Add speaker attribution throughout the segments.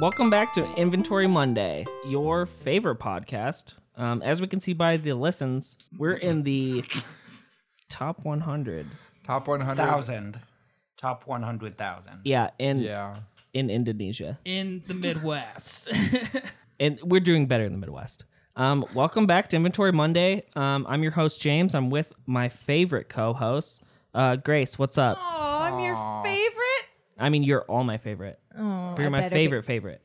Speaker 1: Welcome back to Inventory Monday, your favorite podcast. Um, as we can see by the listens, we're in the top 100.
Speaker 2: Top 100.
Speaker 3: thousand, top one hundred thousand.
Speaker 1: Yeah, in
Speaker 2: Yeah.
Speaker 1: in Indonesia,
Speaker 4: in the Midwest.
Speaker 1: and we're doing better in the Midwest. Um, welcome back to Inventory Monday. Um, I'm your host James. I'm with my favorite co-host, uh, Grace. What's up?
Speaker 5: Oh, I'm your favorite.
Speaker 1: I mean, you're all my favorite.
Speaker 5: Oh,
Speaker 1: But you're my favorite favorite.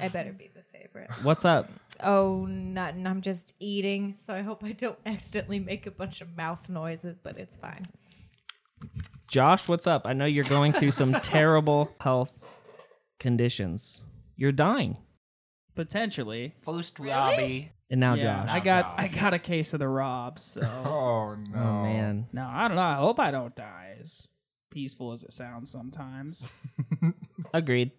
Speaker 5: I better be the favorite.
Speaker 1: What's up?
Speaker 5: Oh, nothing. I'm just eating, so I hope I don't accidentally make a bunch of mouth noises, but it's fine.
Speaker 1: Josh, what's up? I know you're going through some terrible health conditions. You're dying.
Speaker 4: Potentially.
Speaker 3: First Robbie.
Speaker 1: And now
Speaker 4: Yeah,
Speaker 1: Oh, Josh.
Speaker 5: Oh,
Speaker 4: I got I got a case of the Robs, so
Speaker 2: Oh, no.
Speaker 1: oh man.
Speaker 4: no, I don't know. I hope I don't die. As peaceful as it sounds sometimes.
Speaker 1: Agreed.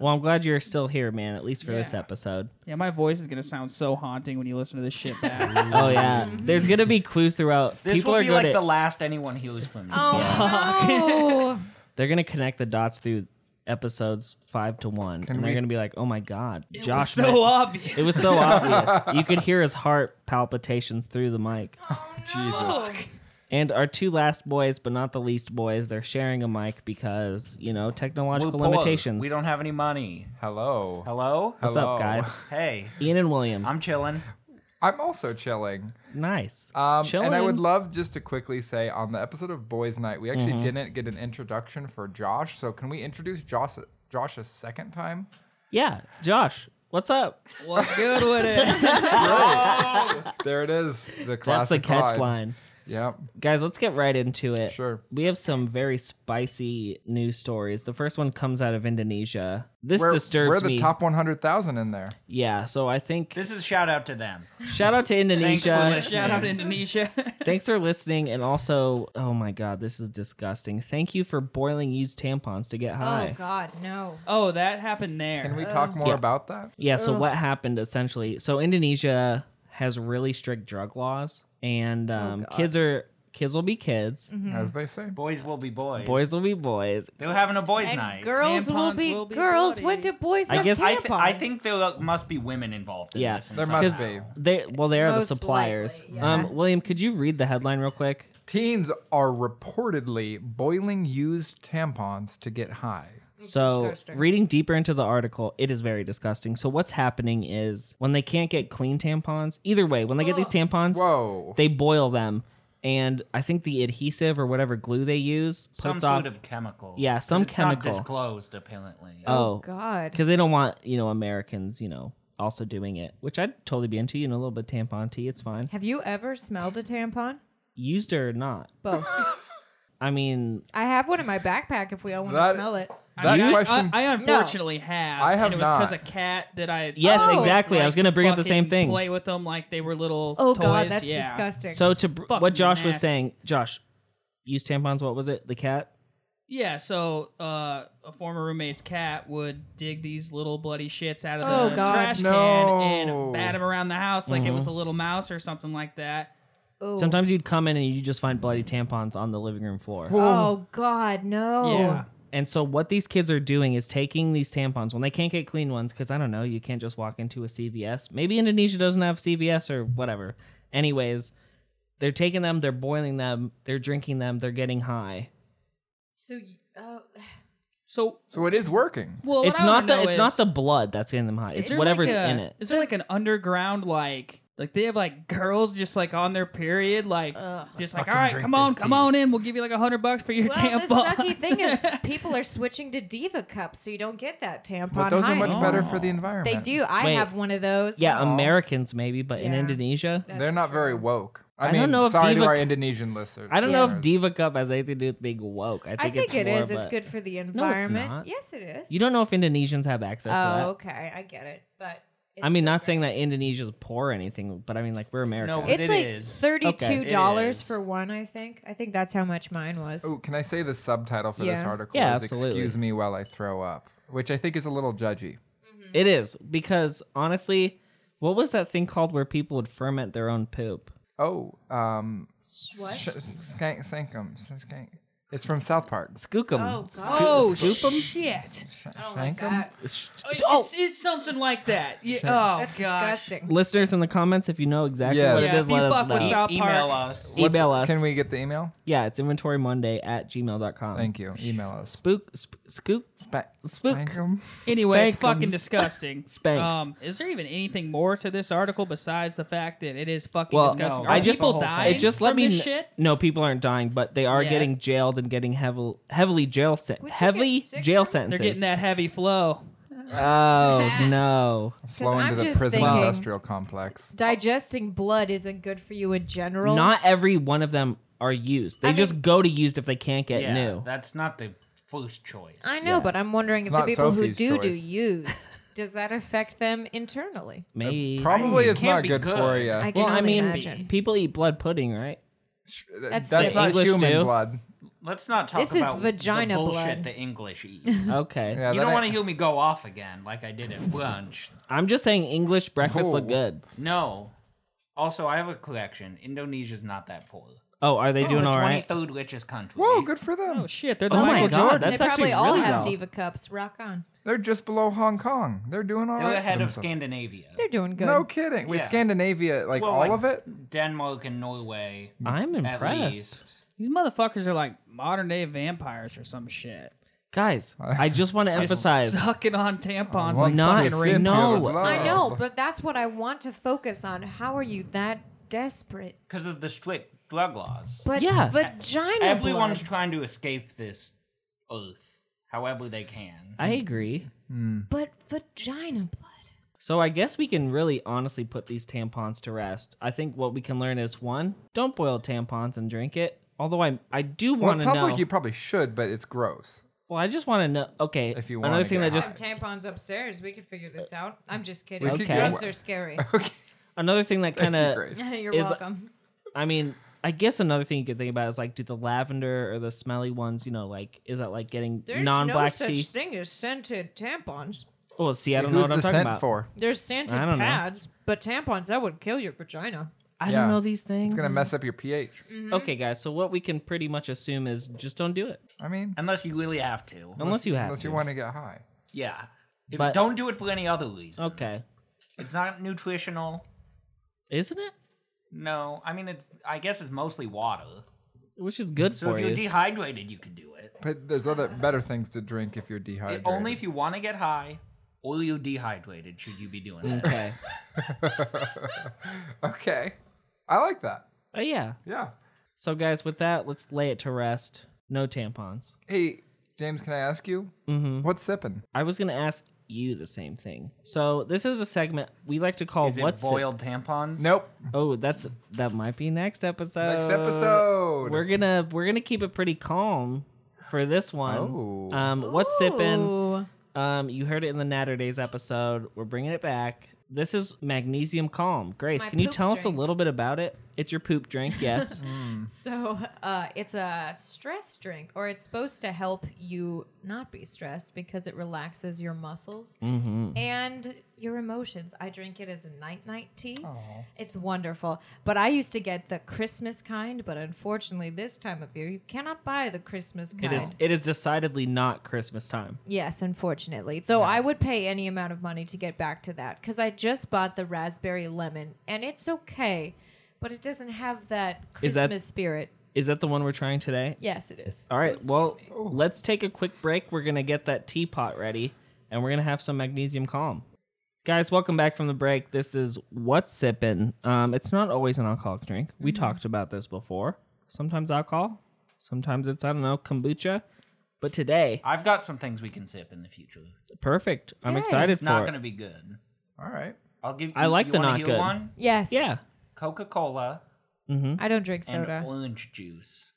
Speaker 1: Well, I'm glad you're still here, man, at least for this
Speaker 4: Yeah.
Speaker 1: episode.
Speaker 4: Yeah, my voice is gonna sound so haunting when you listen to this shit back.
Speaker 1: Oh yeah. There's gonna be clues throughout.
Speaker 3: This
Speaker 1: People
Speaker 3: will
Speaker 1: are
Speaker 3: be
Speaker 1: good
Speaker 3: like
Speaker 1: at-
Speaker 3: the last anyone hears from me.
Speaker 5: Oh,
Speaker 1: they're gonna connect the dots through episodes five to one. and
Speaker 2: we-
Speaker 1: they're gonna be like, Oh my god, Josh
Speaker 4: so
Speaker 1: meant-
Speaker 4: obvious.
Speaker 1: It was so obvious. You could hear his heart palpitations through the mic.
Speaker 2: Jesus.
Speaker 1: And our two last boys, but not the least boys, they're sharing a mic because, you know, technological
Speaker 3: We're poor.
Speaker 1: limitations.
Speaker 3: We don't have any money.
Speaker 2: Hello.
Speaker 3: Hello?
Speaker 1: What's up,
Speaker 2: Hello.
Speaker 1: guys?
Speaker 3: Hey,
Speaker 1: Ian and William.
Speaker 3: I'm chilling.
Speaker 2: I'm also chilling.
Speaker 1: nice.
Speaker 2: Um, and I
Speaker 1: Chillin'.
Speaker 2: would love just to quickly say on the episode of Boys Night, we actually
Speaker 1: Mm-hmm.
Speaker 2: didn't get an introduction for Josh. So can we introduce Josh, Josh a second time?
Speaker 1: Yeah, Josh, what's up?
Speaker 4: What's good with it?
Speaker 2: There it is.
Speaker 1: That's
Speaker 2: The
Speaker 1: the
Speaker 2: classic
Speaker 1: catch line.
Speaker 2: Yep.
Speaker 1: Guys, let's get right into it.
Speaker 2: Sure.
Speaker 1: We have some very spicy news stories. The first one comes out of Indonesia. This
Speaker 2: We're,
Speaker 1: disturbs
Speaker 2: we're the
Speaker 1: me.
Speaker 2: top 100,000 in there.
Speaker 1: yeah, so I think
Speaker 3: This is a shout out to them.
Speaker 1: shout out to
Speaker 3: Thanks for
Speaker 1: Indonesia.
Speaker 3: listening.
Speaker 4: Shout out Indonesia.
Speaker 1: Thanks for listening and also, oh my god, this is disgusting. Thank you for boiling used tampons to get high.
Speaker 5: oh God, no.
Speaker 4: oh, that happened there.
Speaker 2: Can we talk more
Speaker 1: Yeah.
Speaker 2: about that?
Speaker 1: Yeah, so what happened essentially? So Indonesia has really strict drug laws and
Speaker 5: Oh,
Speaker 1: um, kids are kids will be kids,
Speaker 5: Mm-hmm.
Speaker 2: As they say.
Speaker 3: Boys will be boys.
Speaker 1: boys will be boys.
Speaker 3: They were having a boys'
Speaker 5: And
Speaker 3: night.
Speaker 5: girls will
Speaker 4: Tampons
Speaker 5: be,
Speaker 4: will be
Speaker 5: girls.
Speaker 4: bloody.
Speaker 5: When do boys
Speaker 1: I
Speaker 5: have
Speaker 1: guess-
Speaker 3: I, th-
Speaker 5: tampons?
Speaker 3: I think there lo- must be women involved in
Speaker 1: Yeah,
Speaker 3: this. in
Speaker 2: There
Speaker 3: some
Speaker 2: must
Speaker 3: way.
Speaker 2: be.
Speaker 1: They well, they are
Speaker 5: Most
Speaker 1: the suppliers.
Speaker 5: likely, yeah.
Speaker 1: Um, William, could you read the headline real quick?
Speaker 2: Teens are reportedly boiling used tampons to get high.
Speaker 1: So,
Speaker 5: disgusting.
Speaker 1: reading deeper into the article, it is very disgusting. So, what's happening is when they can't get clean tampons, either way, when they get these tampons,
Speaker 2: Whoa.
Speaker 1: they boil them, and I think the adhesive or whatever glue they use puts
Speaker 3: Some
Speaker 1: off.
Speaker 3: sort of chemical.
Speaker 1: Yeah,
Speaker 3: 'Cause
Speaker 1: some
Speaker 3: it's
Speaker 1: chemical.
Speaker 3: Not disclosed, apparently.
Speaker 1: oh,
Speaker 5: God.
Speaker 1: because they don't want you know Americans, you know, also doing it, which I'd totally be into. You know, a little bit of tampon tea, it's fine.
Speaker 5: Have you ever smelled a tampon?
Speaker 1: Used or not,
Speaker 5: Both.
Speaker 1: I mean,
Speaker 5: I have one in my backpack. If we all want to
Speaker 2: That-
Speaker 5: smell it.
Speaker 2: that
Speaker 4: I,
Speaker 2: question.
Speaker 4: I, unfortunately have.
Speaker 2: I have
Speaker 4: and it was because a
Speaker 2: not.
Speaker 4: cat that I
Speaker 1: Yes,
Speaker 4: I would
Speaker 1: exactly. I
Speaker 4: Oh, like
Speaker 1: was gonna bring up the same
Speaker 4: fucking
Speaker 1: thing.
Speaker 4: Play with them like they were little.
Speaker 5: Oh
Speaker 4: toys.
Speaker 5: God, that's
Speaker 4: yeah.
Speaker 5: disgusting.
Speaker 1: so to br-
Speaker 4: Fucking
Speaker 1: what Josh was
Speaker 4: nasty.
Speaker 1: saying, Josh, used tampons. What was it? The cat.
Speaker 4: Yeah, so uh, a former roommate's cat would dig these little bloody shits out of
Speaker 5: Oh,
Speaker 4: the
Speaker 5: God.
Speaker 4: trash
Speaker 2: No.
Speaker 4: can and bat them around the house like it was a
Speaker 1: Mm-hmm.
Speaker 4: little mouse or something like that.
Speaker 5: Ooh.
Speaker 1: Sometimes you'd come in and you just find bloody tampons on the living room floor.
Speaker 5: Oh God, no.
Speaker 4: Yeah.
Speaker 1: And so what these kids are doing is taking these tampons when they can't get clean ones because I don't know, you can't just walk into a CVS. Maybe Indonesia doesn't have CVS or whatever. Anyways, they're taking them, they're boiling them, they're drinking them, they're getting high.
Speaker 5: So, y- oh,
Speaker 4: So,
Speaker 2: So it is working.
Speaker 4: well,
Speaker 1: it's not the it's not the blood that's getting them high. It's whatever's in it.
Speaker 4: Is there like an underground like like they have like girls just like on their period like just like all right, come on, come on in, we'll give you like a hundred bucks for your
Speaker 5: well,
Speaker 4: tampon.
Speaker 5: the sucky thing is people are switching to Diva cups, so you don't get that tampon.
Speaker 2: But those are
Speaker 5: high
Speaker 2: much
Speaker 5: anymore.
Speaker 1: Oh.
Speaker 2: better for the
Speaker 5: They
Speaker 2: environment.
Speaker 5: do. I
Speaker 1: Wait.
Speaker 5: have one of those.
Speaker 1: Yeah, Americans maybe, but in
Speaker 5: Yeah.
Speaker 1: Indonesia,
Speaker 5: That's
Speaker 2: They're not
Speaker 5: true.
Speaker 2: very woke. I,
Speaker 1: I
Speaker 2: mean,
Speaker 1: don't know if
Speaker 2: sorry
Speaker 1: Diva-
Speaker 2: to our Indonesian listeners.
Speaker 1: I don't know if
Speaker 2: listeners.
Speaker 1: Diva Cup has anything to do with being woke. I
Speaker 5: I
Speaker 1: think,
Speaker 5: think
Speaker 1: it's
Speaker 5: it
Speaker 1: more
Speaker 5: is.
Speaker 1: of
Speaker 5: It's
Speaker 1: a-
Speaker 5: good for the
Speaker 1: it's
Speaker 5: environment.
Speaker 1: not.
Speaker 5: Yes, it is.
Speaker 1: You don't know if Indonesians have access to that.
Speaker 5: oh, okay. I get it. But it's
Speaker 1: I mean,
Speaker 5: still
Speaker 1: not
Speaker 5: great.
Speaker 1: saying that Indonesia's poor or anything, but I mean, like we're America.
Speaker 3: No,
Speaker 5: It's
Speaker 3: It
Speaker 5: like
Speaker 3: is.
Speaker 5: thirty-two
Speaker 3: Okay. It
Speaker 5: dollars
Speaker 3: is.
Speaker 5: for one. I think. I think that's how much mine was.
Speaker 2: Oh, can I say the subtitle for this
Speaker 5: Yeah.
Speaker 2: article?
Speaker 1: Yeah,
Speaker 2: is
Speaker 1: absolutely.
Speaker 2: Excuse me while I throw up, which I think is a little judgy.
Speaker 1: It is because honestly, what was that thing called where people would ferment their own poop?
Speaker 2: Oh, um,
Speaker 5: What?
Speaker 2: sh- skank, sankum, skank. It's from South Park.
Speaker 1: Skook 'em.
Speaker 5: Oh,
Speaker 1: Sco-
Speaker 5: God.
Speaker 4: Oh,
Speaker 1: scoop 'em?
Speaker 4: shit.
Speaker 5: Oh my
Speaker 2: Shank 'em?
Speaker 5: God.
Speaker 1: Sh-
Speaker 4: Oh. It's, it's something like that. Yeah. Oh,
Speaker 5: That's
Speaker 4: gosh.
Speaker 5: disgusting.
Speaker 1: Listeners in the comments, if you know exactly
Speaker 2: Yes.
Speaker 1: what
Speaker 4: Yeah,
Speaker 1: it is,
Speaker 4: if you
Speaker 1: let us
Speaker 4: fuck
Speaker 1: know.
Speaker 4: with South
Speaker 3: E- email
Speaker 4: Park.
Speaker 3: us.
Speaker 1: What's- Email us.
Speaker 2: Can we get the email?
Speaker 1: Yeah, it's inventory Monday at gmail.com.
Speaker 2: Thank you. Email us.
Speaker 1: Spook, sp- scoop,
Speaker 2: Spa-
Speaker 1: Spook.
Speaker 2: spank 'em.
Speaker 4: Anyway, it's
Speaker 1: Spankums.
Speaker 4: fucking disgusting.
Speaker 1: Spanks.
Speaker 4: Um, is there even anything more to this article besides the fact that it is fucking
Speaker 1: Well,
Speaker 4: disgusting?
Speaker 3: no,
Speaker 4: Are
Speaker 1: I just-
Speaker 4: people
Speaker 3: the whole
Speaker 4: dying
Speaker 3: thing.
Speaker 1: it just
Speaker 4: from
Speaker 1: let me
Speaker 4: this
Speaker 1: kn-
Speaker 4: shit?
Speaker 1: no people aren't dying but they are
Speaker 4: Yeah.
Speaker 1: getting jailed and getting heavily heavily jail sen-
Speaker 5: Would you
Speaker 1: heavily
Speaker 5: get sick
Speaker 1: jail
Speaker 5: from it?
Speaker 1: sentences
Speaker 4: They're getting that heavy flow.
Speaker 1: oh no
Speaker 2: Flow
Speaker 5: I'm
Speaker 2: into the
Speaker 5: just
Speaker 2: prison
Speaker 5: thinking-
Speaker 2: industrial complex.
Speaker 5: Digesting blood isn't good for you in general.
Speaker 1: not every one of them are used they
Speaker 5: I
Speaker 1: just
Speaker 5: mean-
Speaker 1: go to used if they can't get
Speaker 3: Yeah,
Speaker 1: new
Speaker 3: That's not the first choice.
Speaker 5: I know, but I'm wondering if the
Speaker 2: not
Speaker 5: people
Speaker 2: Sophie's
Speaker 5: who do do
Speaker 2: choice.
Speaker 5: used, does that affect them internally?
Speaker 1: maybe
Speaker 2: Probably it's
Speaker 3: can't
Speaker 2: not
Speaker 3: be
Speaker 2: good,
Speaker 3: good.
Speaker 2: for you.
Speaker 5: I can
Speaker 1: well i
Speaker 5: only
Speaker 1: mean
Speaker 5: imagine.
Speaker 1: people eat blood pudding right
Speaker 5: That's
Speaker 2: That's
Speaker 5: different.
Speaker 2: not
Speaker 1: English
Speaker 2: human
Speaker 1: do.
Speaker 2: blood.
Speaker 3: Let's not talk
Speaker 5: This is
Speaker 3: about
Speaker 5: vagina
Speaker 3: the bullshit
Speaker 5: blood.
Speaker 3: the English eat.
Speaker 1: okay
Speaker 2: Yeah,
Speaker 3: you
Speaker 2: that
Speaker 3: don't want to
Speaker 2: ain't-
Speaker 3: hear me go off again like I did at brunch.
Speaker 1: i'm just saying english breakfast look
Speaker 2: No.
Speaker 1: good
Speaker 3: No. Also, I have a correction. Indonesia's not that poor.
Speaker 1: oh are they
Speaker 3: It's
Speaker 1: doing
Speaker 3: the
Speaker 1: all right
Speaker 3: 23rd richest country.
Speaker 2: Whoa, good for them.
Speaker 4: Oh shit! They're the
Speaker 1: oh my
Speaker 4: Michael
Speaker 1: god
Speaker 4: Jordan.
Speaker 1: that's
Speaker 5: they
Speaker 1: actually
Speaker 5: probably all
Speaker 1: really
Speaker 5: have
Speaker 1: well.
Speaker 5: diva cups. Rock on.
Speaker 2: They're just below Hong Kong. They're doing all
Speaker 3: They're
Speaker 2: right for
Speaker 3: ahead of
Speaker 2: themselves.
Speaker 3: Scandinavia.
Speaker 5: They're doing good.
Speaker 2: No kidding. With
Speaker 3: Yeah.
Speaker 2: Scandinavia, like
Speaker 3: Well,
Speaker 2: all
Speaker 3: like-
Speaker 2: of it.
Speaker 3: Denmark and Norway.
Speaker 1: i'm
Speaker 3: at
Speaker 1: impressed
Speaker 3: least.
Speaker 4: These motherfuckers are like modern day vampires or some shit.
Speaker 1: guys i just want to emphasize
Speaker 4: Sucking on tampons like
Speaker 2: One
Speaker 1: not-
Speaker 2: fucking
Speaker 1: rape. No.
Speaker 2: blood.
Speaker 5: I know, but that's what I want to focus on. How are you that desperate?
Speaker 3: Because of the strict drug laws.
Speaker 5: But
Speaker 1: Yeah.
Speaker 5: vagina
Speaker 3: Everyone's
Speaker 5: blood.
Speaker 3: trying to escape this earth however they can.
Speaker 1: i agree
Speaker 5: but vagina blood.
Speaker 1: So I guess we can really honestly put these tampons to rest. I think what we can learn is one, don't boil tampons and drink it. Although I I do
Speaker 2: Well,
Speaker 1: want
Speaker 2: it
Speaker 1: to
Speaker 2: sounds
Speaker 1: know.
Speaker 2: like you probably should, but it's gross.
Speaker 1: well, I just want to know. Okay,
Speaker 2: If you
Speaker 1: another
Speaker 2: wanna
Speaker 1: thing
Speaker 2: get
Speaker 1: that just
Speaker 2: high.
Speaker 5: tampons upstairs. We could figure this out. I'm just kidding.
Speaker 2: We
Speaker 1: could Okay.
Speaker 5: Drugs
Speaker 2: get-
Speaker 5: are scary.
Speaker 1: another thing that kind
Speaker 2: Thank you,
Speaker 1: of
Speaker 2: Grace.
Speaker 5: You're
Speaker 1: Is-
Speaker 5: welcome.
Speaker 1: I mean I guess another thing you could think about is like do the lavender or the smelly ones. You know, like is that like getting
Speaker 5: There's no
Speaker 1: non-black
Speaker 5: such
Speaker 1: tea?
Speaker 5: thing as scented tampons.
Speaker 1: Well, see, I don't know
Speaker 2: Who's
Speaker 1: what I'm
Speaker 2: the
Speaker 1: talking
Speaker 2: scent
Speaker 1: about.
Speaker 2: for?
Speaker 5: There's scented
Speaker 1: I don't know.
Speaker 5: pads, but tampons that would kill your vagina.
Speaker 1: I
Speaker 2: Yeah.
Speaker 1: don't know these things.
Speaker 2: It's gonna mess up your pH.
Speaker 5: Mm-hmm.
Speaker 1: Okay, guys. So what we can pretty much assume is just don't do it
Speaker 2: I mean,
Speaker 3: Unless you really have to.
Speaker 1: unless you have
Speaker 2: unless
Speaker 1: to.
Speaker 2: you want to get high.
Speaker 3: Yeah. If,
Speaker 1: But-
Speaker 3: don't do it for any other reason.
Speaker 1: okay,
Speaker 3: It's not nutritional.
Speaker 1: isn't it?
Speaker 3: No. I mean, it's, I guess it's mostly water.
Speaker 1: Which is good
Speaker 3: So
Speaker 1: for
Speaker 3: if you're
Speaker 1: you.
Speaker 3: dehydrated, you can do it.
Speaker 2: But there's other better things to drink if you're dehydrated.
Speaker 3: Only if you want to get high or you're dehydrated should you be doing it.
Speaker 1: okay.
Speaker 2: okay, I like that.
Speaker 1: Oh yeah.
Speaker 2: Yeah.
Speaker 1: So, guys, with that, let's lay it to rest. No tampons.
Speaker 2: Hey, James, can I ask you mm-hmm. what's sipping?
Speaker 1: I was going to ask you the same thing. So, this is a segment we like to call
Speaker 3: Is it
Speaker 1: What's Sip-
Speaker 3: boiled tampons?
Speaker 2: Nope.
Speaker 1: Oh, that's that might be next episode.
Speaker 2: Next episode.
Speaker 1: Uh, We're going to we're going to keep it pretty calm for this one.
Speaker 2: Oh.
Speaker 1: Um what's sipping?
Speaker 5: Ooh.
Speaker 1: Um you heard it in the Natter Days episode. We're bringing it back. This is Magnesium Calm. Grace,
Speaker 5: my
Speaker 1: can you
Speaker 5: poop
Speaker 1: tell us a
Speaker 5: drink.
Speaker 1: little bit about it? It's your poop drink, yes.
Speaker 5: So uh, it's a stress drink, or it's supposed to help you not be stressed because it relaxes your muscles
Speaker 1: Mm-hmm.
Speaker 5: and your emotions. I drink it as a night night tea. It's wonderful. But I used to get the Christmas kind, but unfortunately, this time of year, you cannot buy the Christmas
Speaker 1: it
Speaker 5: kind.
Speaker 1: is it is decidedly not Christmas time.
Speaker 5: Yes, unfortunately. Though I would pay any amount of money to get back to that because I just bought the raspberry lemon and it's okay, but it doesn't have that
Speaker 1: Is
Speaker 5: Christmas
Speaker 1: that- uh,
Speaker 5: spirit.
Speaker 1: Is that the one we're trying today?
Speaker 5: Yes, it is.
Speaker 1: All right. Well, let's take a quick break. We're going to get that teapot ready and we're going to have some magnesium calm. Guys, welcome back from the break. This is What's Sippin'. Um, it's not always an alcoholic drink. We
Speaker 3: Mm-hmm.
Speaker 1: talked about this before. Sometimes alcohol, sometimes it's, I don't know, kombucha. But today,
Speaker 3: I've got some things we can sip in the future.
Speaker 1: perfect. I'm
Speaker 5: Yay.
Speaker 1: excited
Speaker 3: It's
Speaker 1: for
Speaker 3: not
Speaker 1: it.
Speaker 3: going to be good.
Speaker 2: All right.
Speaker 3: I'll give.
Speaker 1: I
Speaker 3: you-
Speaker 1: like
Speaker 3: you
Speaker 1: the
Speaker 3: wanna
Speaker 1: not
Speaker 3: hear
Speaker 1: good.
Speaker 3: One
Speaker 5: Yes.
Speaker 1: Yeah.
Speaker 3: Coca Cola
Speaker 5: I don't drink
Speaker 3: and
Speaker 5: soda.
Speaker 3: orange juice.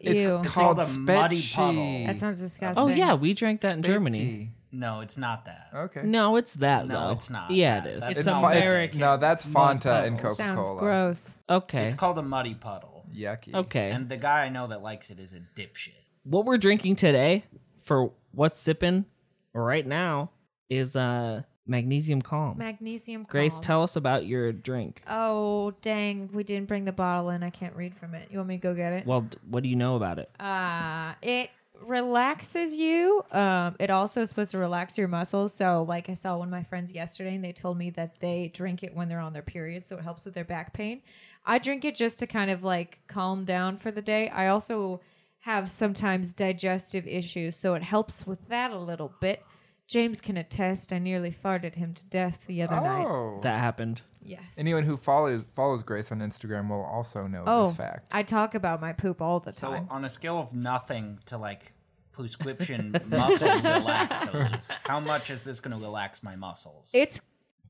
Speaker 5: Ew.
Speaker 2: It's called
Speaker 3: It's called a muddy
Speaker 2: Spetschi.
Speaker 3: puddle.
Speaker 5: that sounds disgusting.
Speaker 1: Oh, yeah. We drank that in Germany.
Speaker 2: Fancy.
Speaker 3: No, it's not that.
Speaker 2: Okay.
Speaker 1: No, it's that,
Speaker 3: No,
Speaker 1: though.
Speaker 3: it's not.
Speaker 1: Yeah, it
Speaker 3: That-
Speaker 1: is.
Speaker 3: that's-
Speaker 4: It's
Speaker 2: It's
Speaker 4: some
Speaker 2: fi- it's-
Speaker 4: Merrick.
Speaker 2: no, that's Fanta and Coca Cola.
Speaker 5: Sounds gross.
Speaker 1: okay.
Speaker 3: It's called a muddy puddle.
Speaker 2: Yucky.
Speaker 1: okay.
Speaker 3: And the guy I know that likes it is a dipshit.
Speaker 1: what we're drinking today for what's sipping right now is uh Magnesium Calm.
Speaker 5: Magnesium.
Speaker 1: Grace,
Speaker 5: calm.
Speaker 1: tell us about your drink.
Speaker 5: Oh dang, we didn't bring the bottle in. I can't read from it. You want me to go get it?
Speaker 1: Well, d- what do you know about it?
Speaker 5: Uh it relaxes you. Um it also is supposed to relax your muscles. So like I saw one of my friends yesterday and they told me that they drink it when they're on their period, so it helps with their back pain. I drink it just to kind of like calm down for the day. I also have sometimes digestive issues, so it helps with that a little bit. James can attest I nearly farted him to death the other night.
Speaker 2: Oh.
Speaker 1: That happened.
Speaker 5: Yes.
Speaker 2: Anyone who follows follows Grace on Instagram will also know
Speaker 5: oh,
Speaker 2: this fact.
Speaker 5: I talk about my poop all the
Speaker 3: So
Speaker 5: time.
Speaker 3: on a scale of nothing to like prescription muscle relaxers, how much is this going to relax my muscles?
Speaker 5: It's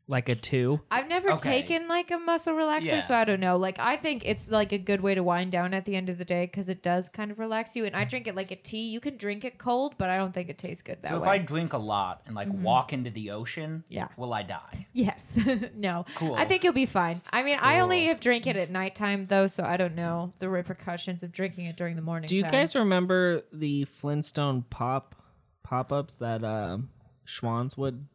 Speaker 1: Like a two.
Speaker 5: I've never
Speaker 3: Okay.
Speaker 5: taken like a muscle relaxer,
Speaker 3: Yeah.
Speaker 5: so I don't know. Like I think it's like a good way to wind down at the end of the day because it does kind of relax you. And I drink it like a tea. You can drink it cold, but I don't think it tastes good that
Speaker 3: so if
Speaker 5: way. Mm-hmm.
Speaker 3: I drink a lot and like walk into the ocean,
Speaker 5: Yeah.
Speaker 3: will I die?
Speaker 5: yes, no.
Speaker 3: Cool.
Speaker 5: I think you'll be fine. I mean, I only
Speaker 3: Cool.
Speaker 5: have drank it at nighttime though, so I don't know the repercussions of drinking it during the morning.
Speaker 1: Do you
Speaker 5: time.
Speaker 1: guys remember the Flintstone pop pop ups that uh, Schwans would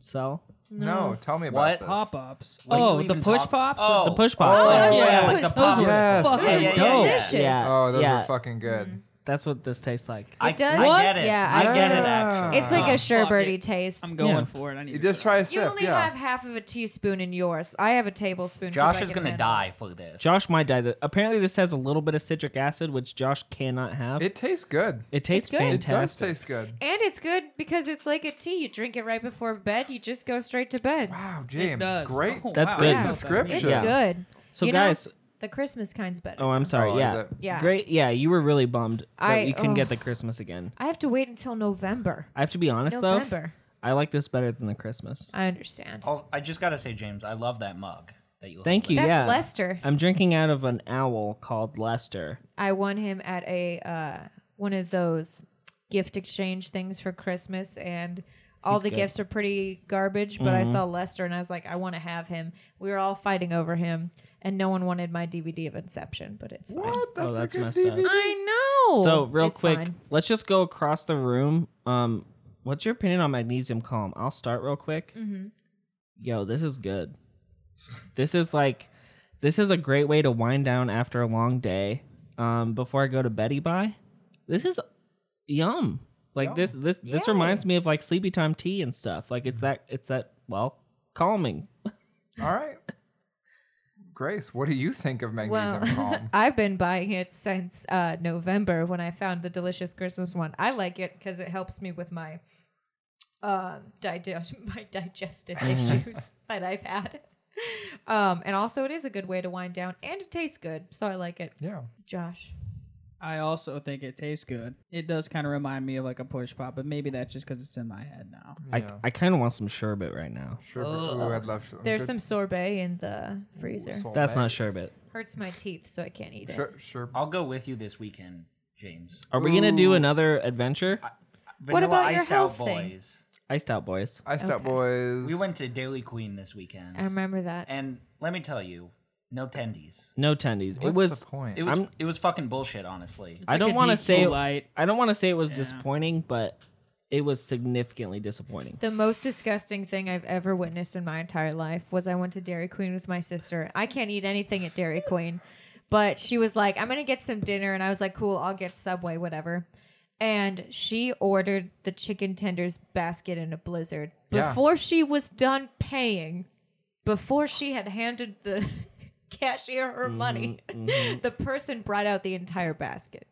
Speaker 1: sell?
Speaker 2: no. tell me about
Speaker 3: What?
Speaker 2: this.
Speaker 4: Pop ups.
Speaker 3: What are you
Speaker 4: Oh, the
Speaker 3: even
Speaker 4: push
Speaker 3: talk-
Speaker 4: pops.
Speaker 3: Oh.
Speaker 1: The push pops.
Speaker 5: Oh,
Speaker 4: yeah,
Speaker 5: yeah,
Speaker 4: like
Speaker 5: push-
Speaker 3: the
Speaker 5: those
Speaker 3: popsicle.
Speaker 5: are,
Speaker 2: Yes.
Speaker 5: fuck, those
Speaker 3: Yeah,
Speaker 5: are
Speaker 3: yeah, yeah.
Speaker 5: delicious.
Speaker 1: Yeah.
Speaker 2: Oh, those
Speaker 1: Yeah.
Speaker 2: are fucking good.
Speaker 5: Mm.
Speaker 1: That's what this tastes like.
Speaker 3: I,
Speaker 5: It does-
Speaker 3: I
Speaker 5: What?
Speaker 3: get it.
Speaker 5: Yeah,
Speaker 3: I
Speaker 5: I-
Speaker 3: get it.
Speaker 2: Yeah.
Speaker 3: Actually,
Speaker 5: It's like
Speaker 4: Oh,
Speaker 5: a
Speaker 4: fuck
Speaker 5: sherbety
Speaker 4: it.
Speaker 5: taste.
Speaker 4: I'm going
Speaker 1: Yeah.
Speaker 4: for it. I need
Speaker 2: You
Speaker 4: to
Speaker 2: just try a sip.
Speaker 5: you only
Speaker 2: yeah.
Speaker 5: have half of a teaspoon in yours. I have a tablespoon. 'cause I
Speaker 3: Josh is going
Speaker 5: can
Speaker 3: to
Speaker 5: handle it.
Speaker 3: die for this.
Speaker 1: Josh might die. The- Apparently, this has a little bit of citric acid, which Josh cannot have. It,
Speaker 2: it tastes good.
Speaker 1: tastes
Speaker 5: good. It
Speaker 2: It does
Speaker 1: fantastic.
Speaker 2: taste good.
Speaker 5: And it's good because it's like a tea. You drink it right before bed. You just go straight to bed.
Speaker 2: Wow,
Speaker 4: It
Speaker 2: James,
Speaker 4: does.
Speaker 2: great.
Speaker 4: Oh,
Speaker 1: That's
Speaker 4: wow.
Speaker 1: good.
Speaker 4: I didn't know that.
Speaker 2: Description.
Speaker 5: It's
Speaker 1: Yeah.
Speaker 5: good.
Speaker 1: So,
Speaker 5: You know,
Speaker 1: guys,
Speaker 5: the Christmas kind's better.
Speaker 1: oh, I'm sorry.
Speaker 2: Oh, is
Speaker 1: yeah,
Speaker 2: it?
Speaker 5: Yeah.
Speaker 1: Great. Yeah, you were really bummed that
Speaker 5: I-
Speaker 1: you couldn't
Speaker 5: ugh.
Speaker 1: get the Christmas again.
Speaker 5: I have to wait until November.
Speaker 1: I have to be honest though.
Speaker 5: November.
Speaker 1: I like this better than the Christmas.
Speaker 5: I understand.
Speaker 1: Oh,
Speaker 3: Also, I just got to say, James, I love that mug that you.
Speaker 1: Thank you.
Speaker 5: That's
Speaker 1: yeah.
Speaker 5: Lester.
Speaker 1: I'm drinking out of an owl called Lester.
Speaker 5: I won him at a uh, one of those gift exchange things for Christmas, and all
Speaker 1: He's
Speaker 5: the
Speaker 1: good. Mm-hmm.
Speaker 5: gifts are pretty garbage. But I saw Lester, and I was like, I want to have him. We were all fighting over him, and no one wanted my DVD of Inception, but it's fine.
Speaker 2: What? That's,
Speaker 1: Oh, that's
Speaker 2: a good
Speaker 1: messed up.
Speaker 2: DVD.
Speaker 5: I know.
Speaker 1: So real
Speaker 5: It's
Speaker 1: quick,
Speaker 5: fine.
Speaker 1: let's just go across the room. Um, what's your opinion on magnesium calm? I'll start real quick.
Speaker 5: Mm-hmm.
Speaker 1: Yo, this is good. This is like, this is a great way to wind down after a long day. Um, before I go to Betty by, this is yum. Like this, this, this
Speaker 5: Yay.
Speaker 1: reminds me of like sleepy time tea and stuff. Like it's that, it's that. Well, calming.
Speaker 2: All right. Grace, what do you think of magnesium
Speaker 5: Well,
Speaker 2: calm?
Speaker 5: I've been buying it since uh, November when I found the delicious Christmas one. I like it because it helps me with my uh, digest my digestive issues that I've had. Um, and also, it is a good way to wind down, and it tastes good, so I like it.
Speaker 2: Yeah.
Speaker 5: Josh,
Speaker 4: I also think it tastes good. It does kind of remind me of like a push pop, but maybe that's just because it's in my head now.
Speaker 1: I, I kind of want some sherbet right now.
Speaker 2: Sure. Ooh, I'd love to.
Speaker 5: there's some sorbet in the freezer.
Speaker 1: That's not sherbet.
Speaker 5: Hurts my teeth, so I can't eat it.
Speaker 2: Sure. sure.
Speaker 3: I'll go with you this weekend, James.
Speaker 1: Are we gonna do another adventure?
Speaker 5: What
Speaker 3: Vanilla
Speaker 5: about your
Speaker 3: Iced
Speaker 5: health
Speaker 3: Out
Speaker 5: thing?
Speaker 3: Boys.
Speaker 1: Iced out, boys.
Speaker 2: Iced Out
Speaker 5: Okay.
Speaker 2: Boys.
Speaker 3: We went to Daily Queen this weekend,
Speaker 5: I remember that.
Speaker 3: and let me tell you, no tendies.
Speaker 1: No tendies.
Speaker 2: What's
Speaker 1: it was.
Speaker 2: the point?
Speaker 3: It was
Speaker 1: I'm-
Speaker 3: it was fucking bullshit, honestly.
Speaker 1: I
Speaker 4: like
Speaker 1: don't
Speaker 4: a
Speaker 1: want to
Speaker 4: deep
Speaker 1: say
Speaker 4: blue light.
Speaker 1: I don't want to say it was disappointing, but it was significantly disappointing.
Speaker 5: The most disgusting thing I've ever witnessed in my entire life was I went to Dairy Queen with my sister. I can't eat anything at Dairy Queen, but she was like, I'm going to get some dinner. And I was like, cool, I'll get Subway, whatever. And she ordered the chicken tenders basket in a blizzard.
Speaker 2: Yeah.
Speaker 5: Before she was done paying, before she had handed the cashier her
Speaker 2: Mm-hmm,
Speaker 5: money, the person brought out the entire basket